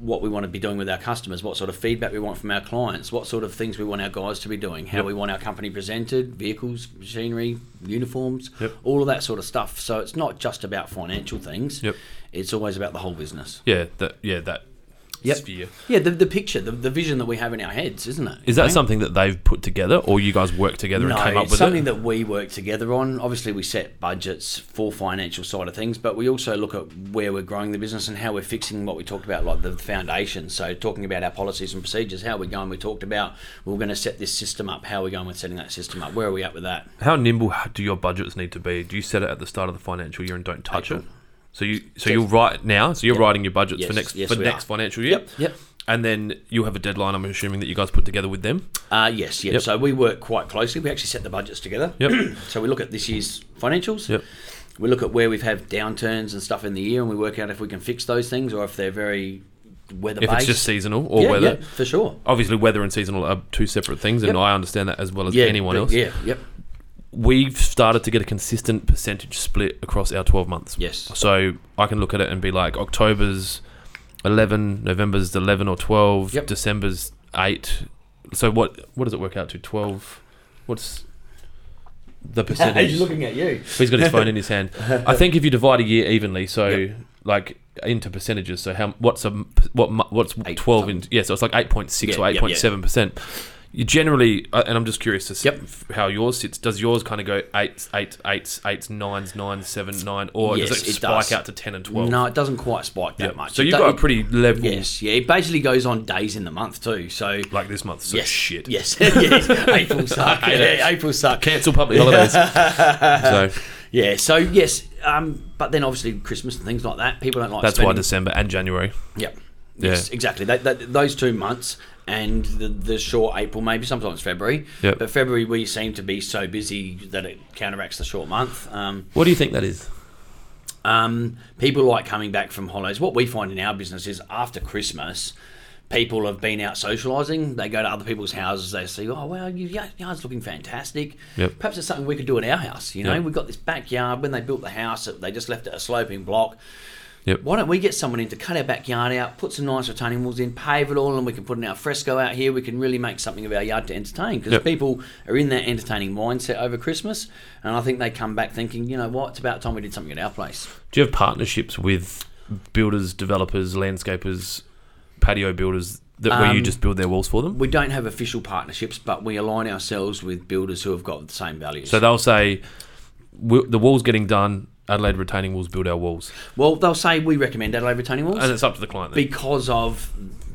S2: what we want to be doing with our customers, what sort of feedback we want from our clients, what sort of things we want our guys to be doing, how we want our company presented, vehicles, machinery, uniforms,
S1: Yep.
S2: all of that sort of stuff. So it's not just about financial things.
S1: Yep.
S2: It's always about the whole business.
S1: Yeah. That. Yeah. That.
S2: Yep.
S1: Sphere.
S2: Yeah, the, the picture, the, the vision that we have in our heads, isn't it?
S1: Is that something that they've put together, or you guys worked together
S2: No,
S1: and came up
S2: it's
S1: with
S2: something
S1: it?
S2: that we work together on. Obviously, we set budgets for financial side of things, but we also look at where we're growing the business and how we're fixing what we talked about, like the foundation. So, talking about our policies and procedures, how we're going. We talked about we're going to set this system up. How are we going with setting that system up? Where are we at with that?
S1: How nimble h- do your budgets need to be? Do you set it at the start of the financial year and don't touch it? So you so you'll write now. So you're writing your budgets for
S2: Yes,
S1: next
S2: yes,
S1: for
S2: we
S1: next
S2: are.
S1: financial year.
S2: Yep, yep.
S1: And then you'll have a deadline. I'm assuming that you guys put together with them.
S2: Uh, yes, yeah.
S1: Yep.
S2: So we work quite closely. We actually set the budgets together.
S1: Yep.
S2: so we look at this year's financials.
S1: Yep.
S2: We look at where we've had downturns and stuff in the year, and we work out if we can fix those things or if they're very weather
S1: If
S2: based.
S1: it's just seasonal or
S2: yeah,
S1: weather.
S2: yeah, for sure.
S1: Obviously, weather and seasonal are two separate things, and
S2: Yep.
S1: I understand that as well as
S2: Yeah,
S1: anyone
S2: but-
S1: else.
S2: Yeah, yep.
S1: we've started to get a consistent percentage split across our 12 months.
S2: Yes.
S1: So I can look at it and be like, October's 11, November's 11 or 12,
S2: Yep.
S1: December's 8. So what what does it work out to? 12? What's the percentage?
S2: at you.
S1: He's got his phone in his hand. I think if you divide a year evenly, so like into percentages, so how what's a what mu- what's
S2: Eight
S1: twelve in yeah, so it's like eight point six
S2: Yeah,
S1: or
S2: yeah,
S1: eight
S2: yeah.
S1: point seven percent. You generally, uh, and I'm just curious to see
S2: Yep.
S1: f- how yours sits. Does yours kind of go eight, eight, eight, eight, nines, nine, seven, nine, or
S2: Yes,
S1: does it
S2: it
S1: spike
S2: does.
S1: out to ten and twelve?
S2: No, it doesn't quite spike that
S1: Yep.
S2: much.
S1: So
S2: It
S1: you've
S2: do-
S1: got a
S2: it-
S1: pretty level,
S2: Yes, yeah. It basically goes on days in the month too. So.
S1: like this month. So
S2: Yes.
S1: shit.
S2: Yes. yes. April suck.
S1: hate it.
S2: Yeah, April suck.
S1: Cancel public holidays. so
S2: Yeah. So yes, um, but then obviously Christmas and things like that, people don't like.
S1: that's why
S2: spending,
S1: December and January.
S2: Yep. Yes, exactly. That, that, those two months and the, the short April, maybe sometimes February.
S1: Yep.
S2: But February, we seem to be so busy that it counteracts the short month. Um,
S1: What do you think that is?
S2: um, people like coming back from holidays. What we find in our business is after Christmas, people have been out socialising. They go to other people's houses. They see, oh, wow, your yard- yard's looking fantastic.
S1: Yep.
S2: Perhaps it's something we could do at our house. You know,
S1: Yep.
S2: we've got this backyard. When they built the house, they just left it a sloping block.
S1: Yep.
S2: Why don't we get someone in to cut our backyard out, put some nice retaining walls in, pave it all, and we can put an alfresco out here. We can really make something of our yard to entertain because
S1: Yep.
S2: people are in that entertaining mindset over Christmas, and I think they come back thinking, you know what, it's about time we did something at our place.
S1: Do you have partnerships with builders, developers, landscapers, patio builders that where you
S2: Um,
S1: just build their walls for them?
S2: We don't have official partnerships, but we align ourselves with builders who have got the same values.
S1: So they'll say "W- the wall's getting done. Adelaide retaining walls build our walls,
S2: well, they'll say we recommend Adelaide retaining walls
S1: and it's up to the client. Then.
S2: because of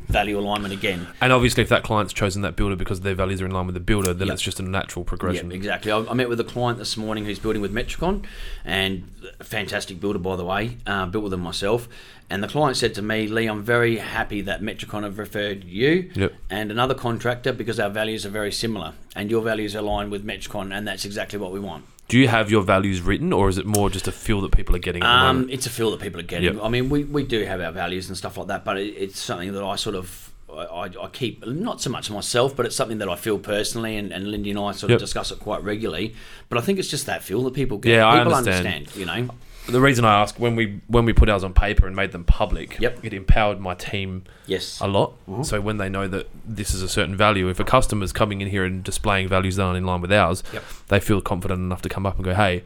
S2: value alignment again.
S1: And obviously, if that client's chosen that builder because their values are in line with the builder, then
S2: Yep.
S1: it's just a natural progression.
S2: Yeah, exactly. I, I met with a client this morning who's building with Metricon, and a fantastic builder, by the way, uh, built with them myself. And the client said to me, Lee, I'm very happy that Metricon have referred you
S1: Yep.
S2: and another contractor because our values are very similar, and your values align with Metricon, and that's exactly what we want.
S1: Do you have your values written, or is it more just a feel that people are getting? At the
S2: Um,
S1: moment?
S2: it's a feel that people are getting.
S1: Yep.
S2: I mean, we, we do have our values and stuff like that, but it, it's something that I sort of I, I- I keep not so much myself, but it's something that I feel personally, and, and Lindy and I sort
S1: Yep.
S2: of discuss it quite regularly. But I think it's just that feel that people get.
S1: Yeah, I
S2: people
S1: understand.
S2: You know,
S1: The reason I ask when we when we put ours on paper and made them public,
S2: Yep.
S1: it empowered my team
S2: yes,
S1: a lot. So when they know that this is a certain value, if a customer's coming in here and displaying values that aren't in line with ours,
S2: Yep.
S1: they feel confident enough to come up and go, "Hey,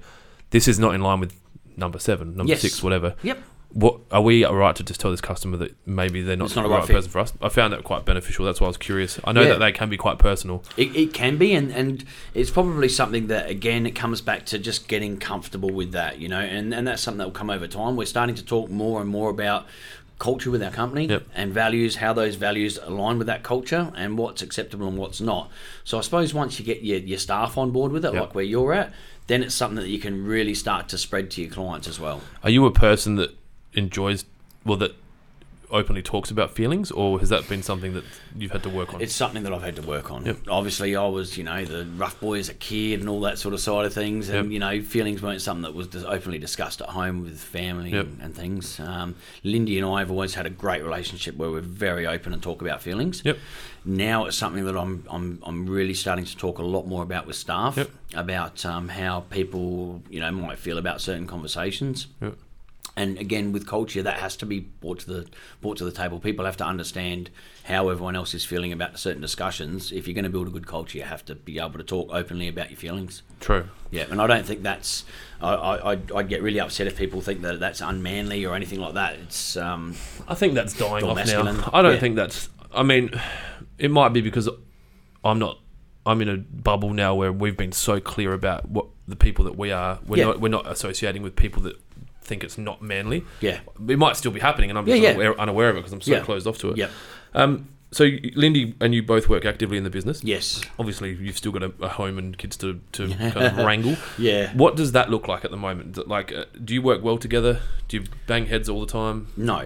S1: this is not in line with number seven, number
S2: Yes.
S1: six, whatever."
S2: yep,
S1: What are we right to just tell this customer that maybe they're not,
S2: It's not
S1: the
S2: a right
S1: right
S2: fit.
S1: person for us? I found that quite beneficial. That's why I was curious. I know
S2: Yeah.
S1: that they can be quite personal.
S2: it, it can be, and and it's probably something that again it comes back to just getting comfortable with that. You know, and and that's something that will come over time. We're starting to talk more and more about culture with our company
S1: Yep.
S2: and values, how those values align with that culture, and what's acceptable and what's not. So I suppose once you get your, your staff on board with it,
S1: Yep.
S2: like where you're at, then it's something that you can really start to spread to your clients as well.
S1: Are you a person that enjoys, well, that openly talks about feelings, or has that been something that you've had to work on?
S2: It's something that I've had to work on.
S1: Yep.
S2: Obviously, I was, you know, the rough boy as a kid and all that sort of side of things,
S1: Yep.
S2: and you know, feelings weren't something that was dis- openly discussed at home with family
S1: Yep.
S2: and, and things. Um, Lindy and I have always had a great relationship where we're very open and talk about feelings.
S1: Yep.
S2: Now it's something that I'm I'm I'm really starting to talk a lot more about with staff
S1: Yep.
S2: about um, how people you know might feel about certain conversations
S1: Yep.
S2: and again with culture that has to be brought to the brought to the table people have to understand how everyone else is feeling about certain discussions if you're going to build a good culture you have to be able to talk openly about your feelings
S1: True.
S2: yeah and i don't think that's i i I'd- i'd get really upset if people think that that's unmanly or anything like that it's um
S1: I think that's dying
S2: Or
S1: off
S2: masculine.
S1: now. I don't
S2: Yeah.
S1: think that's. I mean, it might be because I'm not. I'm in a bubble now where we've been so clear about what the people that we are. We're
S2: Yeah.
S1: not. We're not associating with people that think it's not manly.
S2: yeah
S1: It might still be happening, and I'm
S2: Yeah,
S1: just
S2: yeah.
S1: Unaware, unaware of it because I'm so
S2: Yeah.
S1: closed off to it.
S2: Yep.
S1: Um. So you- Lindy and you both work actively in the business.
S2: yes
S1: Obviously, you've still got a, a home and kids to, to kind of wrangle.
S2: Yeah.
S1: What does that look like at the moment? D- Like, uh, do you work well together? Do you bang heads all the time?
S2: No.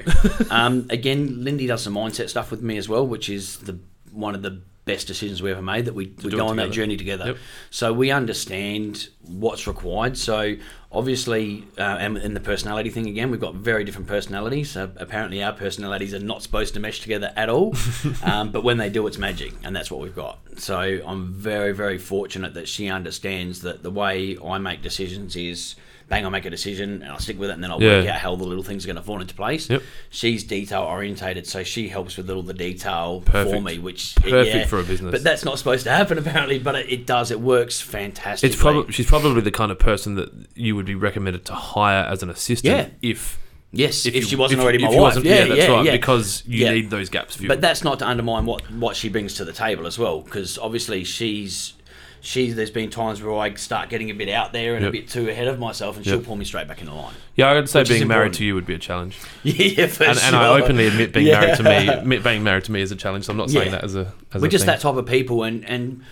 S2: um, again, Lindy does some mindset stuff with me as well, which is the one of the best decisions we ever made that we, we
S1: do
S2: go
S1: it
S2: on that
S1: together.
S2: journey together.
S1: Yep.
S2: So we understand what's required. So obviously, uh, and, and the personality thing again, we've got very different personalities. So apparently, our personalities are not supposed to mesh together at all. um, but when they do, it's magic, and that's what we've got. So I'm very, very fortunate that she understands that the way I make decisions is bang, I make a decision and I stick with it, and then I'll work
S1: Yeah.
S2: out how the little things are going to fall into place.
S1: Yep.
S2: She's detail orientated, so she helps with all the detail for
S1: Perfect.
S2: me, which
S1: Perfect for a business.
S2: But that's not supposed to happen apparently, but it, it does. It works fantastically.
S1: It's probably she's probably the kind of person that you would be recommended to hire as an assistant
S2: Yeah.
S1: if
S2: yes, if, she wasn't
S1: if-
S2: already
S1: if
S2: my
S1: you
S2: wife.
S1: wasn't-
S2: Yeah,
S1: that's
S2: yeah,
S1: right.
S2: yeah.
S1: Because you
S2: Yeah.
S1: need those gaps filled.
S2: But that's not to undermine what what she brings to the table as well, because obviously she's. She, there's been times where I start getting a bit out there and
S1: Yep.
S2: a bit too ahead of myself, and she'll
S1: Yep.
S2: pull me straight back in the line.
S1: yeah, I'd say
S2: which is
S1: being married
S2: important.
S1: to you would be a challenge.
S2: yeah, for
S1: And,
S2: sure.
S1: and I openly admit being
S2: Yeah.
S1: married to me, admit being married to me is a challenge. So I'm not saying
S2: Yeah.
S1: that as a. As
S2: We're
S1: a
S2: just
S1: thing.
S2: that type of people, and and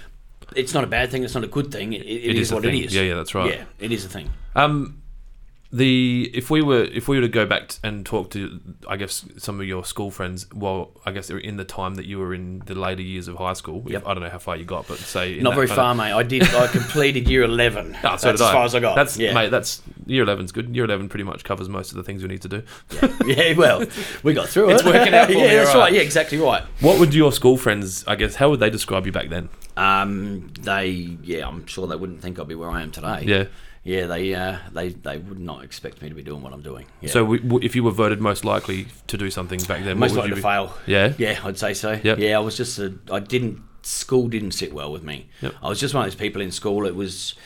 S2: it's not a bad thing. It's not a good thing. It, it
S1: It
S2: is,
S1: is a
S2: what
S1: thing.
S2: it is.
S1: Yeah, yeah, that's right.
S2: Yeah, it is a thing.
S1: Um, the if we were if we were to go back t- and talk to I guess some of your school friends, well, I guess they're in the time that you were in the later years of high school. if-
S2: Yep.
S1: I don't know how far you got, but say in
S2: Not
S1: that
S2: very
S1: kind of-
S2: far, mate. I did. I completed year eleven.
S1: Ah, so
S2: that's
S1: did
S2: as far as I got.
S1: That's
S2: yeah.
S1: mate. That's year 11's good. Year eleven pretty much covers most of the things we need to do.
S2: yeah. Well, we got through it.
S1: It's working out for
S2: yeah,
S1: me,
S2: that's
S1: alright.
S2: right. Yeah, exactly right.
S1: What would your school friends? I guess how would they describe you back then?
S2: Um, they, yeah, I'm sure they wouldn't think I'd be where I am today.
S1: Yeah.
S2: Yeah, they, uh, they, they would not expect me to be doing what I'm doing. Yeah.
S1: So we, w- if you were voted most likely to do something back then,
S2: most
S1: what would
S2: likely
S1: you be?
S2: to fail.
S1: Yeah?
S2: yeah, I'd say so.
S1: Yep.
S2: Yeah, I was just a, I didn't school didn't sit well with me.
S1: Yep.
S2: I was just one of those people in school. It was,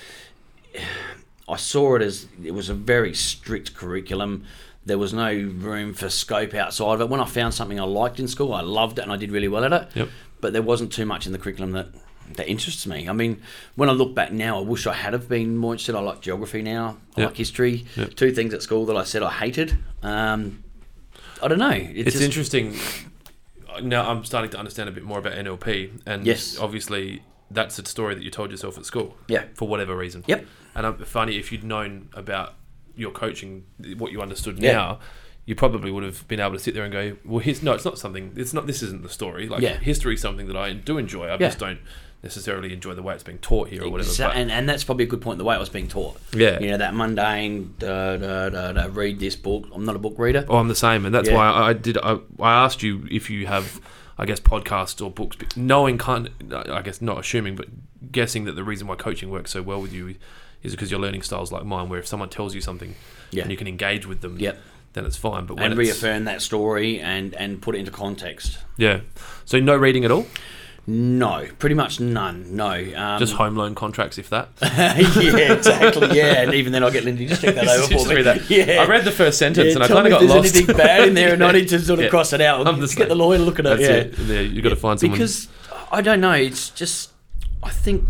S2: I saw it as it was a very strict curriculum. There was no room for scope outside of it. When I found something I liked in school, I loved it and I did really well at it.
S1: Yep.
S2: But there wasn't too much in the curriculum that that interests me. I mean, when I look back now, I wish I had have been more interested. I like geography now. I
S1: Yep.
S2: like history.
S1: Yep.
S2: Two things at school that I said I hated. Um, I don't know.
S1: It's interesting. uh, now I'm starting to understand a bit more about NLP, and
S2: Yes.
S1: obviously that's a story that you told yourself at school.
S2: Yeah.
S1: For whatever reason.
S2: Yep.
S1: And I'm funny if you'd known about your coaching, what you understood
S2: Yeah.
S1: now, you probably would have been able to sit there and go, "Well, here's no, it's not something. It's not. This isn't the story. Like
S2: Yeah.
S1: history is something that I do enjoy. I just don't necessarily enjoy the way it's being taught here or whatever."
S2: Exa-
S1: but-
S2: and, and that's probably a good point. The way I was being taught,
S1: Yeah.
S2: you know, that mundane, da, da, da, da, read this book. I'm not a book reader.
S1: Oh, I'm the same, and that's
S2: Yeah.
S1: why I I did. I, I asked you if you have, I guess, podcasts or books, but knowing kind, I guess, not assuming, but guessing that the reason why coaching works so well with you is because you're learning styles like mine, where if someone tells you something,
S2: Yeah.
S1: and you can engage with them,
S2: Yep.
S1: then it's fine. But when
S2: and
S1: it's,
S2: reaffirm that story and and put it into context.
S1: yeah, so no reading at all,
S2: No, pretty much none. No, um,
S1: just home loan contracts, if that.
S2: yeah, exactly. Yeah, and even then, I get Lindy to stick that over
S1: Just
S2: for me.
S1: read that.
S2: Yeah.
S1: I read the first sentence
S2: Yeah,
S1: and I
S2: tell
S1: kind
S2: me
S1: of got
S2: if there's
S1: lost.
S2: anything bad in there, and I need to sort of
S1: Yeah.
S2: cross it out.
S1: I'm the
S2: Just
S1: same.
S2: get the lawyer looking at
S1: That's
S2: it.
S1: it.
S2: Yeah.
S1: Yeah, you got to find someone
S2: Because I don't know, it's just I think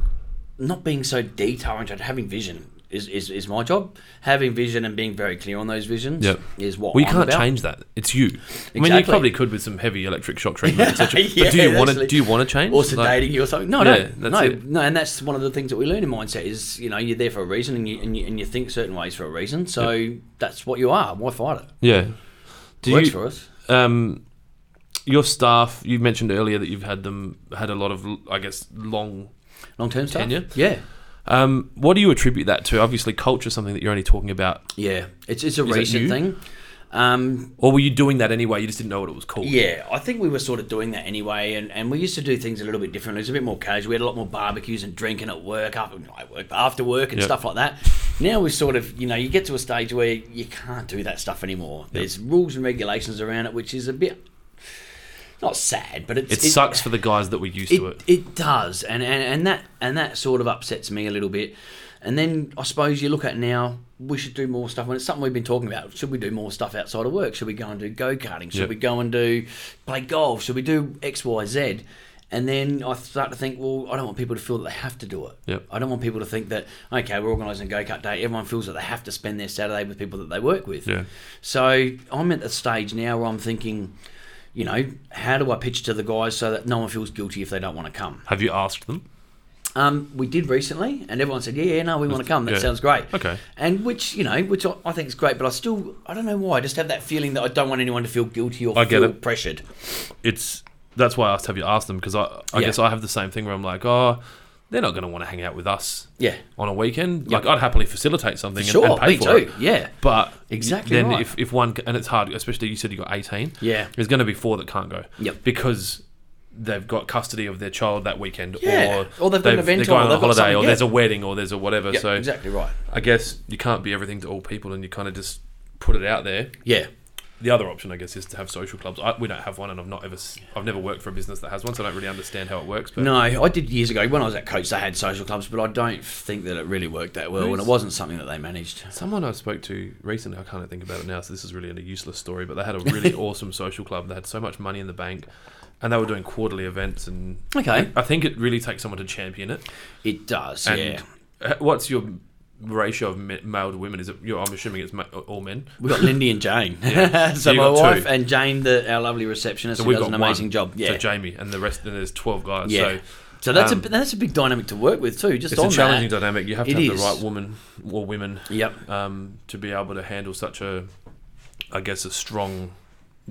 S2: not being so detail oriented, having vision is, is, is my job. Having vision and being very clear on those visions
S1: Yep.
S2: is what
S1: We
S2: I'm
S1: can't
S2: about.
S1: change that. It's you. I mean, you
S2: Exactly.
S1: probably could with some heavy electric shock treatment, etc.
S2: Yeah,
S1: but do you want
S2: actually.
S1: to? Do you want to change?
S2: or
S1: Like-
S2: sedating you or something.
S1: Yeah,
S2: No, no,
S1: that's
S2: no,
S1: it.
S2: no. And that's one of the things that we learn in mindset is you know you're there for a reason and you and you, and you think certain ways for a reason. So that's what you are. Why fight it?
S1: Yeah. Do
S2: Works
S1: you,
S2: for us.
S1: um, your staff? You mentioned earlier that you've had them had a lot of, I guess, long.
S2: Long term stuff.
S1: Tenure?
S2: Yeah,
S1: Um, what do you attribute that to? Obviously, culture is something that you're only talking about,
S2: yeah. It's it's a
S1: that
S2: recent
S1: new?
S2: thing. Um,
S1: or were you doing that anyway? You just didn't know what it was called.
S2: Yeah, I think we were sort of doing that anyway, and, and we used to do things a little bit different. It was a bit more casual. We had a lot more barbecues and drinking at work, after, not at work, but after work and
S1: Yep.
S2: stuff like that. Now we sort of, you know, you get to a stage where you can't do that stuff anymore. There's rules and regulations around it, which is a bit not sad, but it's,
S1: It, sucks for the guys that were used to it.
S2: it, it does, and, and and that and that sort of upsets me a little bit. And then I suppose you look at now. We should do more stuff, and it's something we've been talking about. Should we do more stuff outside of work? Should we go and do go karting? Should
S1: Yep.
S2: we go and do play golf? Should we do X, Y, Z? And then I start to think, well, I don't want people to feel that they have to do it.
S1: Yep.
S2: I don't want people to think that okay, we're organising a go kart day. Everyone feels that they have to spend their Saturday with people that they work with.
S1: Yeah.
S2: So I'm at the stage now where I'm thinking, you know, how do I pitch to the guys so that no one feels guilty if they don't want to come?
S1: Have you asked them?
S2: Um, we did recently, and everyone said, yeah, yeah, no, we want to come. That
S1: Yeah.
S2: sounds great.
S1: Okay.
S2: And which, you know, which I, I think is great, but I still, I don't know why. I just have that feeling that I don't want anyone to feel guilty or
S1: I get
S2: feel
S1: it.
S2: pressured.
S1: It's that's why I asked. Have you asked them? Because I, I
S2: Yeah.
S1: guess I have the same thing where I'm like, oh, they're not going to want to hang out with us.
S2: Yeah.
S1: On a weekend, like I'd happily facilitate something and-
S2: Sure,
S1: and, pay
S2: me
S1: for
S2: too.
S1: it.
S2: Yeah.
S1: But
S2: Exactly
S1: Then
S2: right.
S1: if, if one and it's hard, especially you said you got eighteen.
S2: Yeah.
S1: there's going to be four that can't go.
S2: Yep.
S1: because they've got custody of their child that weekend,
S2: Yeah.
S1: or
S2: Or they've got an event
S1: they're going on
S2: on,
S1: a
S2: they've got
S1: holiday,
S2: something,
S1: or
S2: yeah.
S1: there's a wedding, or there's a whatever.
S2: Yeah,
S1: so
S2: exactly right.
S1: I guess you can't be everything to all people, and you kind of just put it out there.
S2: Yeah.
S1: The other option, I guess, is to have social clubs. I, we don't have one, and I've not ever, s- I've never worked for a business that has one, so I don't really understand how it works. But
S2: No, I did years ago when I was at coach. They had social clubs, but I don't think that it really worked that well, and it
S1: Who's-
S2: wasn't something that they managed.
S1: Someone I spoke to recently, I can't think about it now, so this is really a useless story, but they had a really awesome social club. They had so much money in the bank and they were doing quarterly events. And
S2: Okay.
S1: I think it really takes someone to champion it.
S2: It does.
S1: And
S2: yeah.
S1: uh, what's your ratio of ma- male to women? Is it, you I'm assuming it's ma- all men.
S2: We've got Lindy and Jane. so
S1: So you
S2: my
S1: got two.
S2: wife and Jane, the, our lovely receptionist,
S1: So
S2: who
S1: we've
S2: does
S1: got
S2: an amazing
S1: one.
S2: job. Yeah,
S1: So Jamie and the rest, then there's 12 guys.
S2: yeah. So,
S1: So
S2: that's
S1: um,
S2: a that's a big dynamic to work with too. Just
S1: it's
S2: on
S1: a challenging
S2: that.
S1: dynamic. You have to
S2: It
S1: have
S2: is.
S1: the right woman or women
S2: Yep.
S1: um, to be able to handle such a, I guess, a strong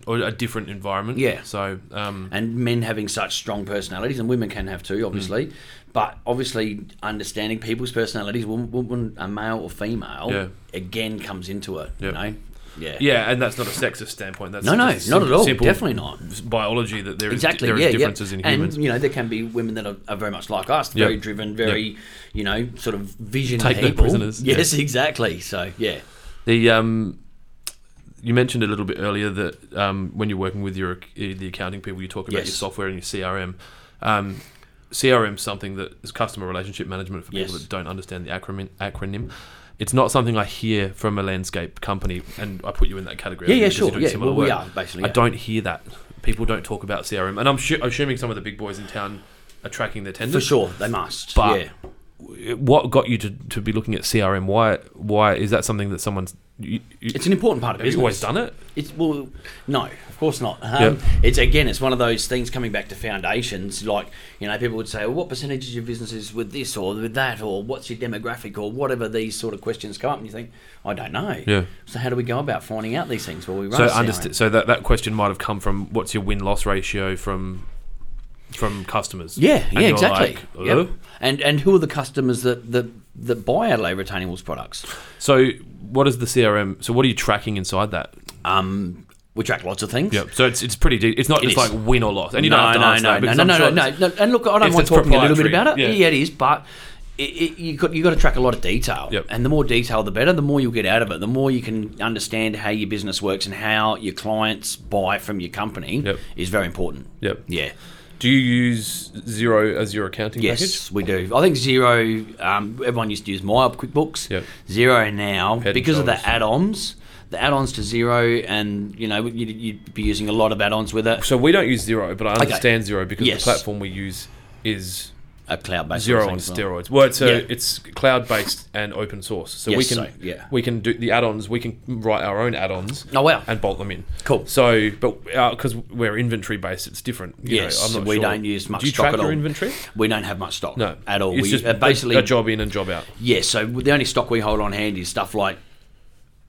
S1: or a different environment.
S2: Yeah.
S1: So, um,
S2: And men having such strong personalities, and women can have
S1: Mm.
S2: too, obviously. But obviously, understanding people's personalities, woman, woman, a male or female,
S1: Yeah.
S2: again comes into it. You
S1: Yep.
S2: know, yeah,
S1: yeah, and that's not a sexist standpoint. That's
S2: No, no,
S1: just
S2: not
S1: sim-
S2: at all.
S1: simple
S2: Definitely not.
S1: Biology that there is
S2: Exactly.
S1: there is
S2: yeah, yeah.
S1: differences in humans.
S2: And you know, there can be women that are, are very much like us,
S1: Yep.
S2: very driven, very,
S1: Yep.
S2: you know, sort of vision
S1: Take no
S2: people.
S1: prisoners.
S2: Yes, exactly. So yeah.
S1: The um, you mentioned a little bit earlier that um, when you're working with your the accounting people, you talk about
S2: Yes.
S1: your software and your CRM. Um, CRM is something that is customer relationship management for people
S2: Yes.
S1: that don't understand the acronym. acronym. It's not something I hear from a landscape company, and I put you in that category.
S2: Yeah,
S1: I think,
S2: yeah,
S1: because
S2: sure.
S1: you're doing
S2: Yeah,
S1: similar
S2: well, we
S1: work.
S2: are, basically,
S1: I
S2: yeah.
S1: don't hear that. People don't talk about CRM, and I'm su- assuming some of the big boys in town are tracking their tenders.
S2: For sure, they must.
S1: But
S2: yeah.
S1: what got you to, to be looking at CRM? Why why is that something that someone's you, you,
S2: It's an important part of
S1: have you
S2: business.
S1: always done it?
S2: It's well, no, of course not. Um,
S1: Yep.
S2: It's again, it's one of those things coming back to foundations. Like you know, people would say, well, "What percentage of your business is with this or with that, or what's your demographic, or whatever?" These sort of questions come up, and you think, "I don't know."
S1: Yeah.
S2: So how do we go about finding out these things? Well, we run.
S1: So
S2: a CRM.
S1: underst- so that, that question might have come from what's your win loss ratio from from customers?
S2: Yeah,
S1: And
S2: yeah,
S1: you're
S2: exactly.
S1: like,
S2: Yep.
S1: "Uh?"
S2: And and who are the customers that that that buy Adelaide retaining walls products?
S1: So what is the CRM? So what are you tracking inside that?
S2: Um, we track lots of things.
S1: Yep. So it's it's pretty deep. It's not
S2: It
S1: just
S2: is.
S1: like win or loss, and you
S2: no,
S1: don't have to
S2: no,
S1: answer
S2: no,
S1: that because
S2: no,
S1: I'm
S2: no,
S1: sure
S2: no,
S1: it's-
S2: no, no. And look, I don't
S1: If
S2: mind
S1: it's
S2: talking a little bit about it. Yeah,
S1: proprietary, yeah.
S2: it is, but it, it, you got you got to track a lot of detail,
S1: Yep.
S2: and the more detail, the better. The more you'll get out of it, the more you can understand how your business works and how your clients buy from your company
S1: Yep.
S2: is very important.
S1: Yep.
S2: Yeah.
S1: Do you use zero as your accounting
S2: Yes,
S1: package?
S2: we do. I think Zero. Um, everyone used to use My QuickBooks.
S1: Yep.
S2: Zero now
S1: and
S2: because of the
S1: shoulders.
S2: add-ons. The add-ons to Zero, and you know you'd, you'd be using a lot of add-ons with it.
S1: So we don't use zero, but I understand zero because
S2: Yes.
S1: the platform we use is
S2: A cloud-based
S1: zero
S2: sort
S1: on
S2: of thing as well.
S1: steroids. Well, so
S2: Yeah.
S1: it's cloud based and open source. So we
S2: Yes,
S1: can
S2: so, yeah.
S1: we can do the add-ons. We can write our own add-ons.
S2: Oh, wow.
S1: And bolt them in.
S2: Cool.
S1: So, but because we're inventory based, it's different. you know,
S2: Yes,
S1: I'm not
S2: we
S1: sure.
S2: don't use much
S1: Do you
S2: stock
S1: track
S2: at
S1: your
S2: all.
S1: inventory?
S2: We don't have much stock
S1: No,
S2: at all.
S1: It's
S2: we
S1: just
S2: uh,
S1: a-
S2: basically
S1: a job in and job out.
S2: Yes, so the only stock we hold on hand is stuff like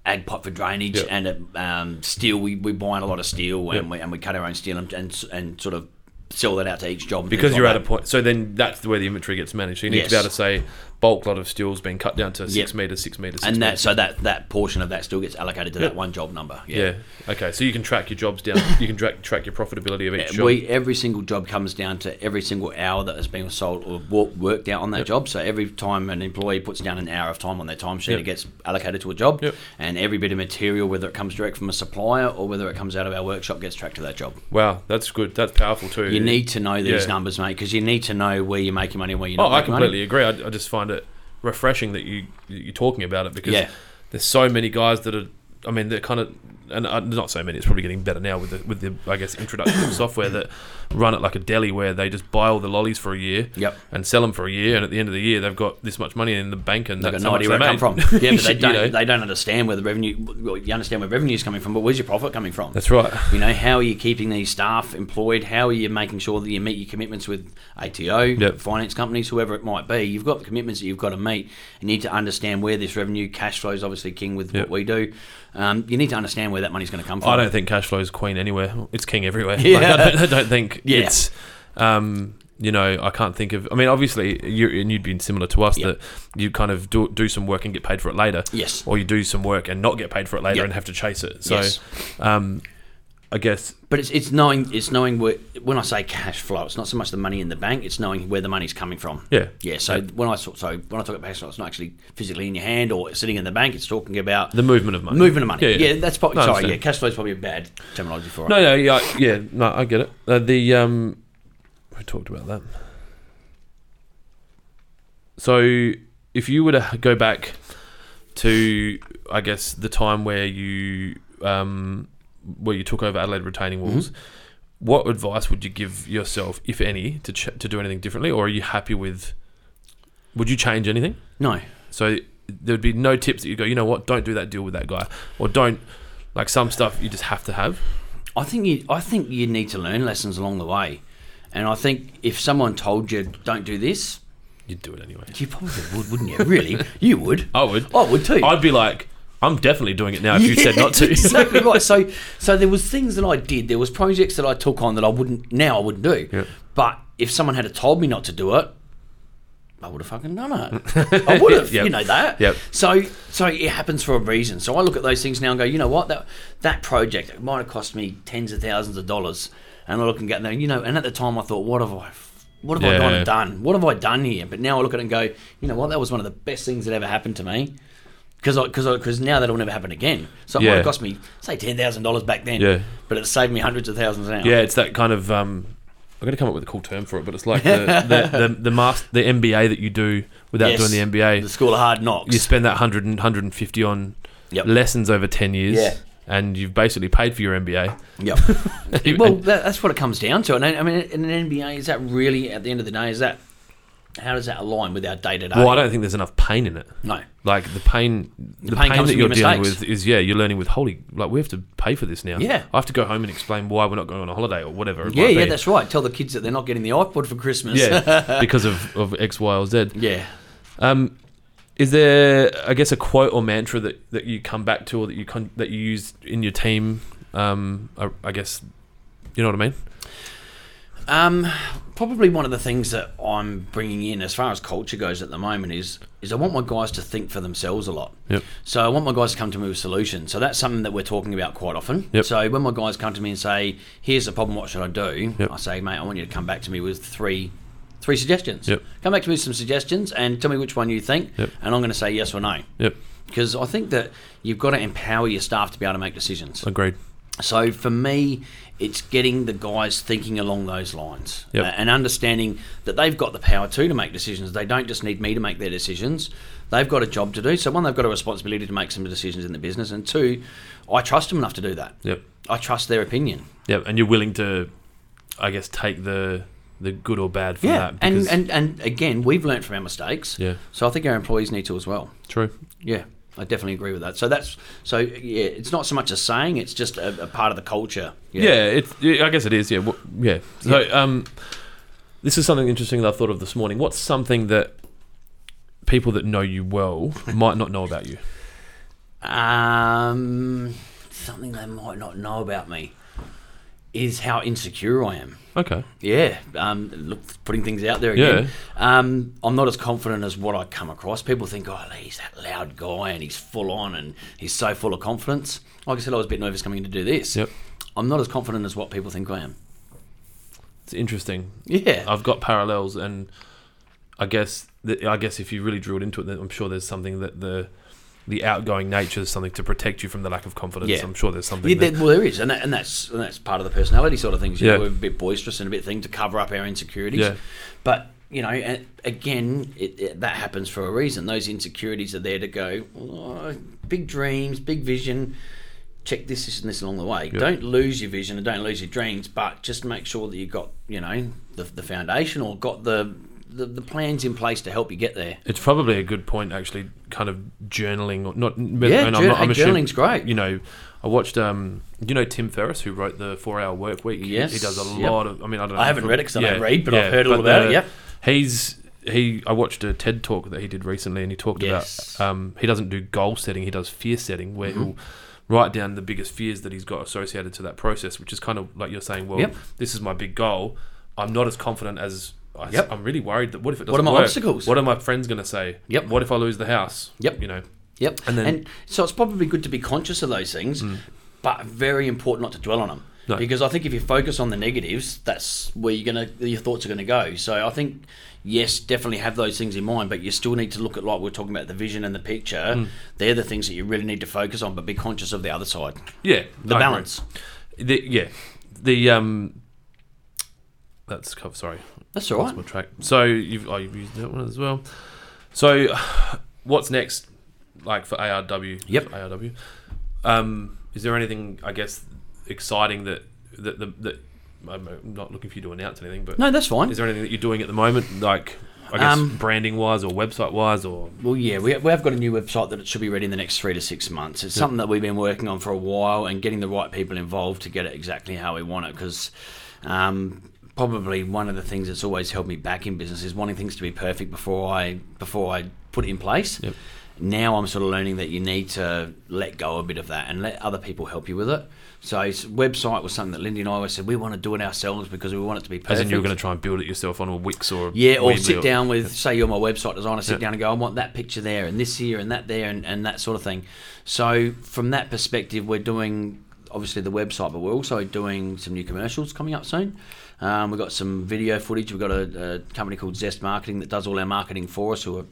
S2: ag pot for drainage
S1: Yeah.
S2: and uh, um, steel. We we buy in a lot of steel and
S1: Yeah.
S2: we and we cut our own steel and and, s- and sort of sell that out to each job and
S1: Because
S2: things
S1: you're
S2: like
S1: at a
S2: that.
S1: point, so then that's where the inventory gets managed. So you need to be
S2: Yes.
S1: able to say bulk lot of steel's been cut down to six
S2: Yep.
S1: meters, six meters, six
S2: And that
S1: meters.
S2: so that that portion of that still gets allocated to
S1: Yeah.
S2: that one job number. Yeah.
S1: yeah. Okay, so you can track your jobs down. you can track track your profitability of each job.
S2: We every single job comes down to every single hour that has been sold or wo- worked out on that job. So every time an employee puts down an hour of time on their timesheet,
S1: Yep.
S2: it gets allocated to a job,
S1: Yep.
S2: and every bit of material, whether it comes direct from a supplier or whether it comes out of our workshop, gets tracked to that job.
S1: wow, that's good. That's powerful too.
S2: You need to know these
S1: Yeah.
S2: numbers, mate, because you need to know where you're making money and where you're
S1: Oh,
S2: not.
S1: I
S2: making money.
S1: completely agree. I, I just find it refreshing that you you're talking about it because
S2: Yeah.
S1: there's so many guys that are. I mean, they're kind of, and uh, not so many. It's probably getting better now with the with the I guess introduction of software that run it like a deli where they just buy all the lollies for a year,
S2: Yep.
S1: and sell them for a year, and at the end of the year they've got this much money in the bank, and
S2: They've
S1: that's
S2: got
S1: how much
S2: no idea where
S1: they
S2: it come
S1: made.
S2: from. Yeah, but they
S1: You
S2: don't.
S1: know?
S2: They don't understand where the revenue. Well, you understand where revenue is coming from, but where's your profit coming from?
S1: That's right.
S2: You know, how are you keeping these staff employed? How are you making sure that you meet your commitments with ATO,
S1: Yep.
S2: finance companies, whoever it might be? You've got the commitments that you've got to meet. You need to understand where this revenue, cash flow is obviously king with
S1: Yep.
S2: what we do. Um, you need to understand where that money's going to come from.
S1: I don't think cash flow is queen anywhere. It's king everywhere. Like,
S2: Yeah.
S1: I, don't, I don't think
S2: Yeah.
S1: it's. Um, you know, I can't think of. I mean, obviously, you and you'd been similar to us
S2: Yeah.
S1: that you kind of do do some work and get paid for it later.
S2: Yes.
S1: Or you do some work and not get paid for it later
S2: Yeah.
S1: and have to chase it. So,
S2: Yes.
S1: um, I guess
S2: But it's it's knowing it's knowing where when I say cash flow, it's not so much the money in the bank; it's knowing where the money's coming from.
S1: Yeah.
S2: yeah. So when I so so when I talk about cash flow, it's not actually physically in your hand or sitting in the bank. It's talking about
S1: the movement of money,
S2: movement of money. Yeah,
S1: Yeah, yeah.
S2: that's probably
S1: No, I
S2: sorry. Yeah,
S1: understand.
S2: cash flow is probably a bad terminology for it.
S1: No, no, yeah, I- yeah, no, I get it. Uh, the um, we talked about that. So, if you were to go back to, I guess, the time where you um, where you took over Adelaide retaining walls, what advice would you give yourself, if any, to ch- to do anything differently, or are you happy with? Would you change anything?
S2: no.
S1: So there would be no tips that you go, you know what, don't do that deal with that guy, or don't like some stuff you just have to have.
S2: I think you I think you need to learn lessons along the way, and I think if someone told you don't do this,
S1: You'd do it anyway.
S2: you probably would, wouldn't you? Really, you would.
S1: I would.
S2: I would too.
S1: I'd be like, I'm definitely doing it now if you said not to.
S2: Yeah, exactly right. So, so there was things that I did. There was projects that I took on that I wouldn't now I wouldn't do.
S1: Yeah.
S2: But if someone had told me not to do it, I would have fucking done it. I would have.
S1: Yep.
S2: You know that.
S1: Yep.
S2: So, so it happens for a reason. So I look at those things now and go, you know what? That that project it might have cost me tens of thousands of dollars, and I look and go, there, you know. And at the time, I thought, what have I? What have I gone
S1: Yeah.
S2: and done? What have I done here? But now I look at it and go, you know what? That was one of the best things that ever happened to me because because because now that'll never happen again. So it might
S1: Yeah.
S2: have cost me say ten thousand dollars back then,
S1: Yeah.
S2: but it saved me hundreds of thousands now.
S1: yeah, it's that kind of. Um, I'm going to come up with a cool term for it, but it's like the the, the, the, master, the MBA that you do without
S2: Yes.
S1: doing the MBA.
S2: the school of hard knocks.
S1: You spend that 100 and 150 on
S2: Yep.
S1: lessons over 10 years.
S2: Yeah.
S1: And you've basically paid for your MBA.
S2: Yep. well, that, that's what it comes down to. And I, I mean, in an NBA, is that really at the end of the day? Is that How does that align with our day to day?
S1: Well, I don't think there's enough pain in it.
S2: No.
S1: Like the pain, the,
S2: pain
S1: pain,
S2: comes
S1: that
S2: from
S1: you're
S2: your
S1: dealing
S2: mistakes.
S1: with is yeah, you're learning with holy. Like we have to pay for this now.
S2: Yeah.
S1: I have to go home and explain why we're not going on a holiday or whatever. It
S2: Yeah,
S1: might
S2: yeah,
S1: be.
S2: that's right. Tell the kids that they're not getting the iPod for Christmas.
S1: yeah, because of of X, Y, or Z.
S2: yeah.
S1: Um, is there, I guess, a quote or mantra that, that you come back to or that you con- that you use in your team? Um, I, I guess, you know what I mean.
S2: Um, probably one of the things that I'm bringing in as far as culture goes at the moment is is I want my guys to think for themselves a lot.
S1: Yep.
S2: So I want my guys to come to me with solutions. So that's something that we're talking about quite often.
S1: Yep.
S2: So when my guys come to me and say, "Here's the problem. What should I do?"
S1: Yep.
S2: I say, "Mate, I want you to come back to me with three, three suggestions.
S1: Yep.
S2: Come back to me with some suggestions and tell me which one you think,
S1: Yep.
S2: and I'm going to say yes or no."
S1: Yep,
S2: Because I think that you've got to empower your staff to be able to make decisions.
S1: agreed.
S2: So for me, it's getting the guys thinking along those lines
S1: Yep.
S2: uh, and understanding that they've got the power too to make decisions. They don't just need me to make their decisions. They've got a job to do. So one, they've got a responsibility to make some decisions in the business, and two, I trust them enough to do that.
S1: Yep,
S2: I trust their opinion.
S1: yep, and you're willing to, I guess, take the the good or bad from that.
S2: Uh, and
S1: because-
S2: and and again, we've learnt from our mistakes.
S1: yeah,
S2: So I think our employees need to as well.
S1: true.
S2: Yeah, I definitely agree with that. So that's so yeah, it's not so much a saying; it's just a, a part of the culture.
S1: Yeah, it's. yeah, I guess it is. Yeah, wh- yeah. So, um, this is something interesting that I thought of this morning. What's something that people that know you well might not know about you?
S2: Um, something they might not know about me is how insecure I am.
S1: Okay.
S2: Yeah, um, look, putting things out there again. Um, I'm not as confident as what I come across. People think, oh, he's that loud guy and he's full on and he's so full of confidence. Like I said, I was a bit nervous coming in to do this.
S1: Yep.
S2: I'm not as confident as what people think I am.
S1: It's interesting.
S2: Yeah.
S1: I've got parallels, and I guess that, I guess if you really drilled into it, then I'm sure there's something that the the outgoing nature is something to protect you from the lack of confidence.
S2: Yeah.
S1: I'm sure there's something.
S2: Yeah,
S1: that,
S2: there, well, there is, and, that, and that's and that's part of the personality sort of things. You
S1: Yeah.
S2: know, we're a bit boisterous and a bit thing to cover up our insecurities.
S1: Yeah.
S2: But you know, a- again, it, it, that happens for a reason. Those insecurities are there to go. "Oh, big dreams, big vision. Check this, this, and this along the way. Don't lose your vision and don't lose your dreams, but just make sure that you got you know the, the foundation or got the, the the plans in place to help you get there.
S1: It's probably a good point, actually, kind of journaling or not. Yeah,
S2: jour- hey, journaling's great.
S1: You know, I watched, um, you know, Tim Ferriss, who wrote the Four Hour Work Week. He-
S2: Yes,
S1: he does a
S2: yep.
S1: lot of. I mean, I don't. know
S2: I haven't
S1: if-
S2: read it 'cause I don't read, but I've heard all about it, yep.
S1: he's he. I watched a TED talk that he did recently, and he talked
S2: Yes. Mm-hmm.
S1: about um, he doesn't do goal setting; he does fear setting, where he'll write down the biggest fears that he's got associated to that process, which is kind of like you're saying. Well,
S2: Yep.
S1: this is my big goal. I'm not as confident as. I,
S2: Yep.
S1: I'm really worried that what if it doesn't
S2: What are my
S1: work?
S2: obstacles?
S1: What are my friends going to say?
S2: Yep.
S1: What if I lose the house?
S2: Yep.
S1: You know.
S2: Yep.
S1: And
S2: And,
S1: then- Mm.
S2: so it's probably good to be conscious of those things, but very important not to dwell on them.
S1: No.
S2: Because I think if you focus on the negatives, that's where you're gonna your thoughts are gonna go. So I think yes, definitely have those things in mind, but you still need to look at like we we're talking about the vision and the picture.
S1: Mm.
S2: They're the things that you really need to focus on, but be conscious of the other side,
S1: Yeah.
S2: the
S1: I agree.
S2: balance.
S1: The, yeah. The um. That's co- sorry.
S2: That's all
S1: That's
S2: right.
S1: my track. So you've oh, you've used that one as well. So, what's next? Like for ARW.
S2: Yep.
S1: for ARW. Um, is there anything I guess exciting that that that, that I'm not looking for you to announce anything, but
S2: No, that's fine.
S1: is there anything that you're doing at the moment, like I guess
S2: Um,
S1: branding wise or website wise or
S2: Well, yeah, we, we have got a new website that it should be ready in the next three to six months. It's something that we've been working on for a while and getting the right people involved to get it exactly how we want it. Because um, probably one of the things that's always held me back in business is wanting things to be perfect before I before I put it in place.
S1: Yep.
S2: Now I'm sort of learning that you need to let go a bit of that and let other people help you with it. So s- website was something that Lindy and I always said we want to do it ourselves because we want it to be perfect.
S1: as in you're going to try and build it yourself on a Wix or a
S2: Yeah, or
S1: Weebly
S2: sit down with, say, you're my website designer, sit down and go, I want that picture there and this here and that there and, and that sort of thing. So, from that perspective, we're doing obviously the website, but we're also doing some new commercials coming up soon. Um, we've got some video footage. We've got a, a company called Zest Marketing that does all our marketing for us, who are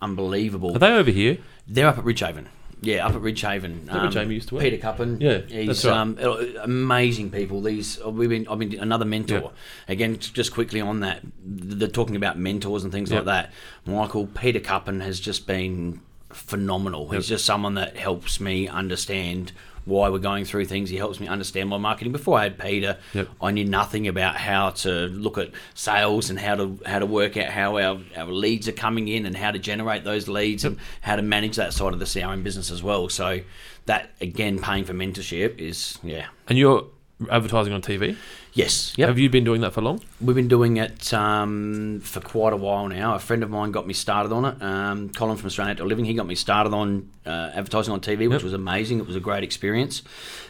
S2: unbelievable.
S1: Are they over here?
S2: They're up at Ridgehaven. Yeah, up at Ridgehaven.
S1: where Jamie used to work.
S2: Peter Cuppen.
S1: Yeah,
S2: he's
S1: that's right.
S2: um, uh, amazing people. These uh, we've been. I've been another mentor. Again, t- just quickly on that, they're talking about mentors and things
S1: Yeah.
S2: like that. Michael Peter Cuppen has just been phenomenal. He's just someone that helps me understand why we're going through things. He helps me understand my marketing. Before I had Peter,
S1: Yep.
S2: I knew nothing about how to look at sales and how to how to work out how our, our leads are coming in and how to generate those leads and how to manage that side of the CRM business as well. So that again, paying for mentorship is yeah.
S1: And you're advertising on TV.
S2: Yes. Yep.
S1: Have you been doing that for long?
S2: We've been doing it um, for quite a while now. A friend of mine got me started on it. Um, Colin from Australian Outdoor Living, he got me started on uh, advertising on TV, which
S1: Yep.
S2: was amazing. It was a great experience.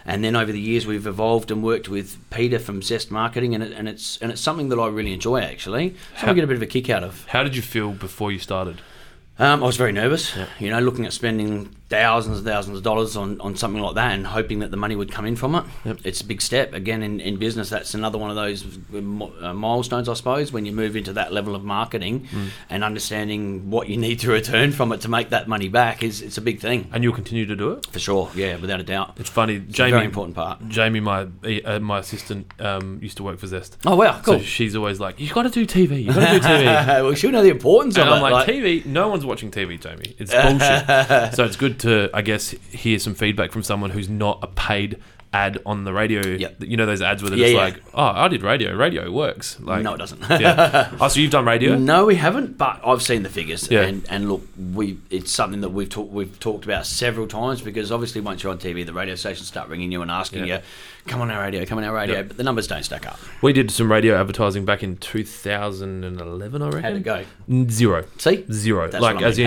S2: And then over the years, we've evolved and worked with Peter from Zest Marketing, and, it, and it's and it's something that I really enjoy actually. So I
S1: How-
S2: get a bit of a kick out of.
S1: How did you feel before you started?
S2: Um, I was very nervous, you know, looking at spending thousands and thousands of dollars on, on something like that and hoping that the money would come in from it. It's a big step. Again, in, in business, that's another one of those mi- uh, milestones, I suppose, when you move into that level of marketing
S1: Mm.
S2: and understanding what you need to return from it to make that money back is it's a big thing,
S1: And you'll continue to do it.
S2: for sure. Yeah, without a doubt.
S1: It's funny,
S2: It's
S1: Jamie.
S2: a very important part.
S1: Jamie, my uh, my assistant, um, used to work for Zest.
S2: Oh, wow, cool.
S1: So she's always like, "You got to do TV. You got to do TV."
S2: well, she'll know the importance
S1: And
S2: of
S1: I'm
S2: it.
S1: like,
S2: like-
S1: TV? No one's watching TV, Jamie. It's bullshit. so it's good to, I guess, hear some feedback from someone who's not a paid ad on the radio.
S2: Yep.
S1: You know those ads where they're
S2: Yeah,
S1: just like,
S2: yeah.
S1: "Oh, I did radio. Radio works." Like,
S2: no, it doesn't.
S1: yeah. Oh, so you've done radio?
S2: No, we haven't. But I've seen the figures,
S1: Yeah.
S2: and and look, we it's something that we've talked we've talked about several times because obviously once you're on TV, the radio stations start ringing you and asking
S1: Yeah.
S2: you, "Come on our radio, come on our radio,"
S1: Yeah.
S2: but the numbers don't stack up.
S1: We did some radio advertising back in 2011, I reckon.
S2: How'd it go?
S1: N- Zero.
S2: See,
S1: Zero.
S2: That's
S1: like,
S2: what I
S1: as
S2: mean.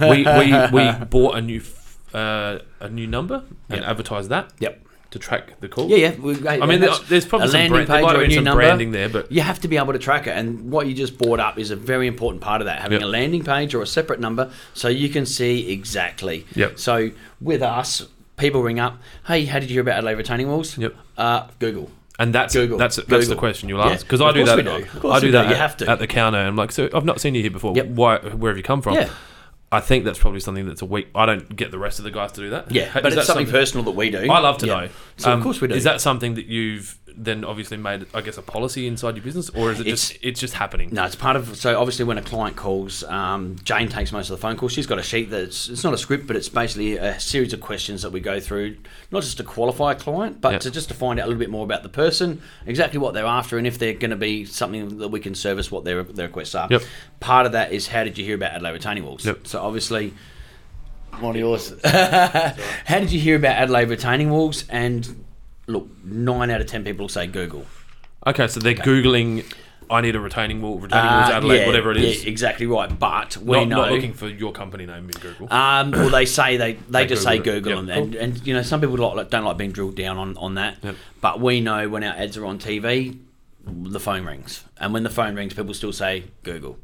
S1: in, we, we, we bought a new f- uh, a new number and
S2: Yep.
S1: advertised that
S2: Yep.
S1: to track the call.
S2: Yeah, yeah. We, hey,
S1: I mean,
S2: that's
S1: there's probably
S2: a
S1: some,
S2: landing
S1: brand, there
S2: page
S1: might
S2: or
S1: have
S2: a
S1: been
S2: new
S1: some
S2: number.
S1: branding there, but
S2: You have to be able to track it, and what you just brought up is a very important part of that. Having
S1: Yep.
S2: a landing page or a separate number, so you can see exactly.
S1: Yep.
S2: So with us, people ring up, "Hey, how did you hear about Adelaide retaining walls?"
S1: Yep.
S2: Uh, Google.
S1: And that's
S2: Google.
S1: that's that's
S2: Google.
S1: the question you'll
S2: Yeah.
S1: ask because I
S2: Of
S1: do
S2: course
S1: that.
S2: we do. Of course
S1: I do
S2: we
S1: that.
S2: do. You
S1: at,
S2: have to.
S1: at the counter. And I'm like, so I've not seen you here before.
S2: Yep.
S1: Why? Where have you come from?
S2: Yeah.
S1: I think that's probably something that's a weak. I don't get the rest of the guys to do that.
S2: Yeah,
S1: Is
S2: but
S1: that
S2: it's something, personal that we do.
S1: I love to
S2: Yeah.
S1: know.
S2: So
S1: Um,
S2: of course we do.
S1: Is that something that you've then obviously made? I guess a policy inside your business, or is it
S2: It's-
S1: just it's just happening?
S2: no, it's part of. So obviously, when a client calls, um, Jane takes most of the phone calls. She's got a sheet that's it's not a script, but it's basically a series of questions that we go through, not just to qualify a client, but
S1: Yeah.
S2: to just to find out a little bit more about the person, exactly what they're after, and if they're going to be something that we can service what their their requests are.
S1: Yep.
S2: Part of that is how did you hear about Adelaide retaining walls?
S1: Yep.
S2: So obviously. One of yours. How did you hear about Adelaide retaining walls? And look, nine out of ten people say Google.
S1: Okay, so they're googling. I need a retaining wall, retaining walls,
S2: Uh,
S1: Adelaide,
S2: yeah,
S1: whatever it is.
S2: Yeah, exactly right. But we
S1: not,
S2: know.
S1: not looking for your company name in Google.
S2: um, well, they say they, they,
S1: They
S2: just
S1: Google
S2: say
S1: it.
S2: Google,
S1: Yep.
S2: and, and and you know some people like, like- don't like being drilled down on on that.
S1: Yep.
S2: But we know when our ads are on TV, the phone rings, and when the phone rings, people still say Google.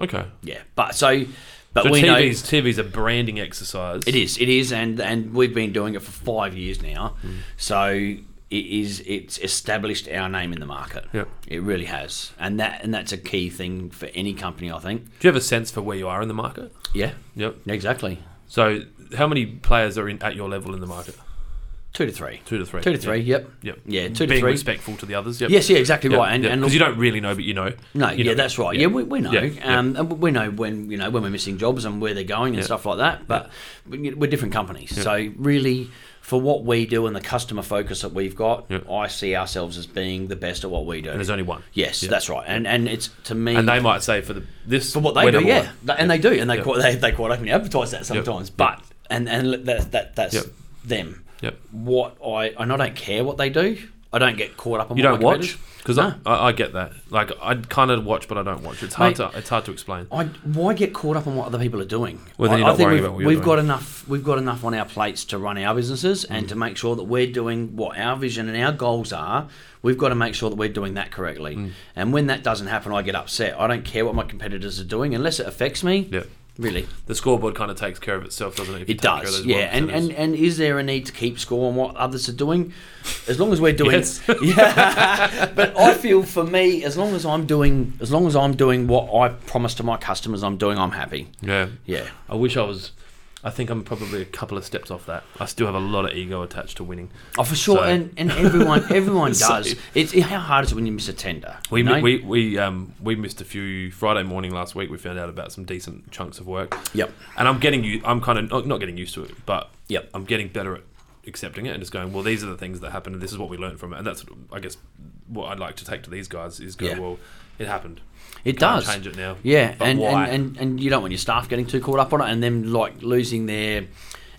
S1: okay,
S2: Yeah, but so, but
S1: so
S2: we know
S1: TV's TV's a branding exercise.
S2: it is. It is, and and we've been doing it for five years now.
S1: Hmm.
S2: So it is. It's established our name in the market.
S1: Yep.
S2: It really has, and that and that's a key thing for any company, I think.
S1: Do you have a sense for where you are in the market?
S2: Yeah.
S1: Yep.
S2: Exactly.
S1: So, how many players are in at your level in the market?
S2: Two to three.
S1: Two to three.
S2: Two to three. Yep.
S1: Yep. yep.
S2: Yeah. Two
S1: Being
S2: to three.
S1: respectful to the others. Yep.
S2: Yes. Yeah. Exactly
S1: Yep.
S2: right. And,
S1: Yep.
S2: and
S1: 'Cause
S2: look,
S1: you don't really know, but you know.
S2: no.
S1: You
S2: yeah.
S1: know.
S2: That's right.
S1: Yeah.
S2: Yeah. we, we know.
S1: Yeah, yeah.
S2: Um, and we know when you know when we're missing jobs and where they're going and
S1: Yeah.
S2: stuff like that. But we- we're different companies, so really. For what we do and the customer focus that we've got,
S1: Yeah.
S2: I see ourselves as being the best at what we do.
S1: And there's only one.
S2: yes,
S1: Yeah.
S2: that's right. And and it's to me
S1: And they might say for the this
S2: for what they
S1: we're
S2: do,
S1: number
S2: yeah,
S1: one.
S2: They- and they do, and they
S1: Yep.
S2: quite, they they quite openly advertise that sometimes.
S1: Yep.
S2: But and and that, that that's
S1: Yep.
S2: them.
S1: Yep.
S2: What I and I don't care what they do. I don't get caught up on
S1: You
S2: what
S1: don't
S2: my
S1: watch
S2: competitors-
S1: because
S2: No.
S1: I, I, I get that. Like I kind of watch, but I don't watch. It's hard
S2: Mate,
S1: to it's hard to explain.
S2: I, why get caught up on what other people are doing?
S1: Well, then
S2: I,
S1: you're
S2: I
S1: not
S2: think
S1: worrying
S2: we've,
S1: about what you're
S2: we've
S1: doing.
S2: got enough. We've got enough on our plates to run our businesses
S1: Mm.
S2: and to make sure that we're doing what our vision and our goals are. We've got to make sure that we're doing that correctly.
S1: Mm.
S2: And when that doesn't happen, I get upset. I don't care what my competitors are doing unless it affects me.
S1: Yeah.
S2: Really,
S1: The scoreboard kind of takes care of itself, doesn't it? if you
S2: it
S1: take care of
S2: does,
S1: those
S2: yeah.
S1: one
S2: And, and
S1: percenters?
S2: and is there a need to keep score on what others are doing? As long as we're doing,
S1: Yes.
S2: yeah. but I feel for me, as long as I'm doing, as long as I'm doing what I promise to my customers, I'm doing, I'm happy.
S1: yeah,
S2: Yeah.
S1: I wish I was. I think I'm probably a couple of steps off that. I still have a lot of ego attached to winning.
S2: Oh, for sure,
S1: So-
S2: and, and everyone everyone
S1: So-
S2: does. It's it- how hard is it when you miss a tender?
S1: We,
S2: you know?
S1: we, we, um, we missed a few Friday morning last week. We found out about some decent chunks of work.
S2: Yep.
S1: And I'm getting you. I'm kind of not, not getting used to it, but
S2: Yep.
S1: I'm getting better at accepting it and just going, well, these are the things that happened and this is what we learned from it. And that's, I guess, what I'd like to take to these guys is go,
S2: Yeah.
S1: well, it happened.
S2: It
S1: Can't
S2: does
S1: change it now.
S2: Yeah,
S1: But
S2: and,
S1: why?
S2: and, and and you don't want your staff getting too caught up on it and them like losing their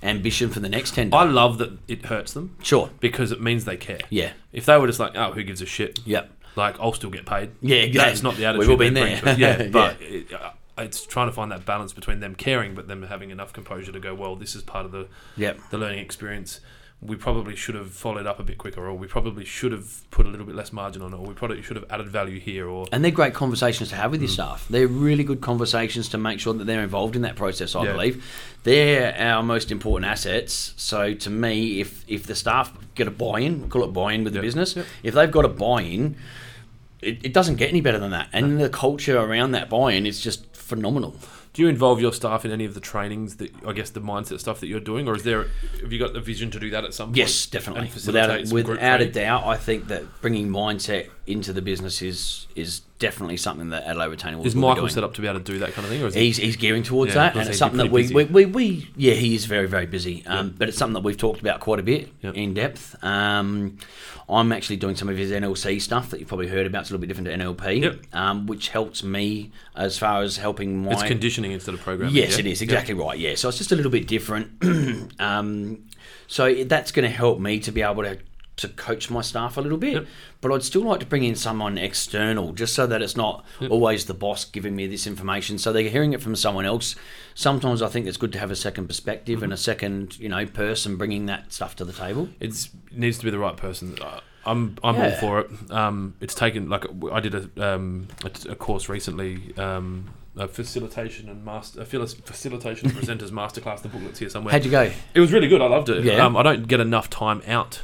S2: ambition for the next tender.
S1: I love that it hurts them
S2: sure.
S1: because it means they care.
S2: Yeah.
S1: If they were just like, oh, who gives a shit?
S2: Yep.
S1: Like, I'll still get paid.
S2: Yeah, exactly.
S1: That's not the attitude.
S2: We've all been
S1: they bring to
S2: there.
S1: it.
S2: Yeah.
S1: Yeah, but it, uh, it's trying to find that balance between them caring, but them having enough composure to go, well, this is part of the
S2: Yep.
S1: the learning experience. We probably should have followed up a bit quicker, or we probably should have put a little bit less margin on it, or we probably should have added value here, or
S2: And they're great conversations to have with your
S1: Mm.
S2: staff. They're really good conversations to make sure that they're involved in that process. I
S1: Yeah.
S2: believe they're our most important assets. So to me, if if the staff get a buy-in, we call it buy-in with the
S1: Yep.
S2: business. If they've got a buy-in, it, it doesn't get any better than that. And the culture around that buy-in is just phenomenal.
S1: do you involve your staff in any of the trainings that I guess the mindset stuff that you're doing, or is there have you got the vision to do that at some point?
S2: Yes,
S1: and
S2: definitely.
S1: facilitate
S2: Without a,
S1: some group
S2: without a
S1: training?
S2: doubt, I think that bringing mindset into the business is is definitely something that Adelaide Retaining will
S1: Is
S2: will be
S1: Michael
S2: doing.
S1: set up to be able to do that kind of thing, or is he?
S2: He's, he's gearing towards
S1: Yeah,
S2: that,
S1: because
S2: and it's
S1: he'd be
S2: something that we,
S1: pretty
S2: we, we, we yeah he is very very busy, um, but it's something that we've talked about quite a bit
S1: Yep.
S2: in depth. Um, I'm actually doing some of his NLC stuff that you've probably heard about. It's a little bit different to NLP,
S1: Yep.
S2: um, which helps me as far as helping my
S1: It's conditioning instead of programming.
S2: Yes,
S1: yeah?
S2: it is exactly right. Yeah, so it's just a little bit different. um, so it- that's going to help me to be able to to coach my staff a little bit.
S1: Yep.
S2: But I'd still like to bring in someone external, just so that it's not always the boss giving me this information. So they're hearing it from someone else. Sometimes I think it's good to have a second perspective
S1: Mm-hmm.
S2: and a second, you know, person bringing that stuff to the table.
S1: it's it needs to be the right person. Uh, I'm I'm all
S2: Yeah.
S1: for it. Um, it's taken like I did a um, a, t- a course recently. Um, a facilitation and master a fili- facilitation and presenters masterclass. The booklet's here somewhere.
S2: How'd you go?
S1: it was really good. I loved it.
S2: Yeah.
S1: Um, I don't get enough time out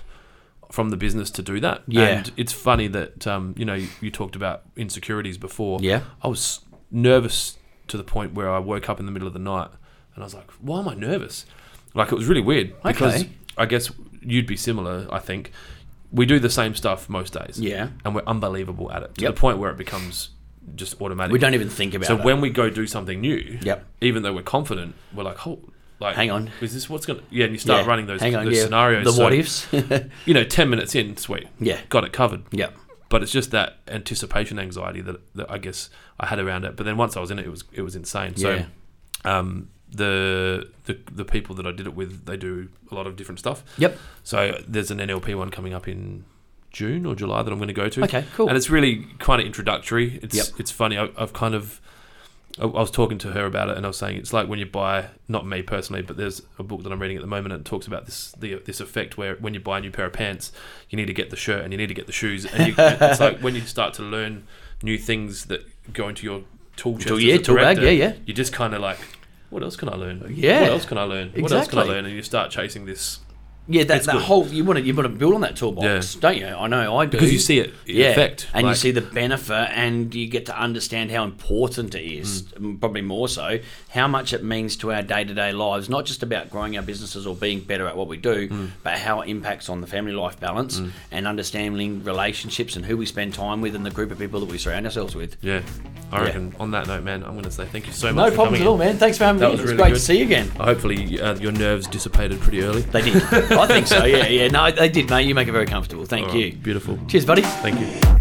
S1: from the business to do that.
S2: Yeah.
S1: And it's funny that um, you know you, you talked about insecurities before.
S2: Yeah.
S1: I was nervous to the point where I woke up in the middle of the night and I was like, why am I nervous? Like it was really weird because
S2: Okay.
S1: I guess you'd be similar. I think we do the same stuff most days.
S2: Yeah.
S1: And we're unbelievable at it to
S2: Yep.
S1: the point where it becomes just automatic.
S2: We don't even think about
S1: So
S2: it.
S1: when we go do something new,
S2: Yep.
S1: even though we're confident, we're like, hold, like,
S2: Hang on.
S1: is this what's gonna? Yeah, and you start
S2: Yeah.
S1: running those,
S2: Hang on,
S1: those
S2: yeah.
S1: scenarios.
S2: the
S1: So,
S2: what ifs.
S1: You know, ten minutes in, sweet,
S2: Yeah.
S1: got it covered.
S2: yep.
S1: But it's just that anticipation anxiety that, that I guess I had around it. But then once I was in it, it was it was insane.
S2: Yeah.
S1: So, um, the, the the people that I did it with, they do a lot of different stuff.
S2: Yep.
S1: So there's an NLP one coming up in June or July that I'm going to go to.
S2: Okay, cool.
S1: And it's really kind of introductory. It's
S2: Yep.
S1: it's funny. I, I've kind of I, I was talking to her about it, and I was saying it's like when you buy not me personally, but there's a book that I'm reading at the moment, and it talks about this the this effect where when you buy a new pair of pants, you need to get the shirt and you need to get the shoes, and you, it's like when you start to learn new things that go into your tool chest.
S2: Tool-
S1: as
S2: yeah,
S1: a
S2: tool bag,
S1: director,
S2: yeah, yeah.
S1: You just kind of like. What else can I learn?
S2: Yeah.
S1: What else can I learn? What else can I
S2: Exactly.
S1: learn? And you start chasing this
S2: Yeah, that,
S1: It's
S2: that
S1: good.
S2: whole you want to you want to build on that toolbox,
S1: Yeah.
S2: don't you? I know I do
S1: Because you see it in effect,
S2: and you
S1: like-
S2: see the benefit, and you get to understand how important it is. m- Probably more so, how much it means to our day to day lives, not just about growing our businesses or being better at what we do, but how it impacts on the family life balance and understanding relationships and who we spend time with and the group of people that we surround ourselves with.
S1: Yeah, I
S2: Yeah.
S1: reckon. On that note, man, I'm going to say thank you so much.
S2: No
S1: for
S2: problems
S1: coming
S2: at all,
S1: in.
S2: man. Thanks for having
S1: That
S2: me.
S1: was
S2: It was
S1: really
S2: great
S1: good.
S2: to see you again.
S1: Uh, Hopefully, uh, your nerves dissipated pretty early.
S2: They did. I think so. Yeah, yeah. No, they did, mate. You make it very comfortable. Thank
S1: All right,
S2: you.
S1: Beautiful.
S2: Cheers, buddy.
S1: Thank you.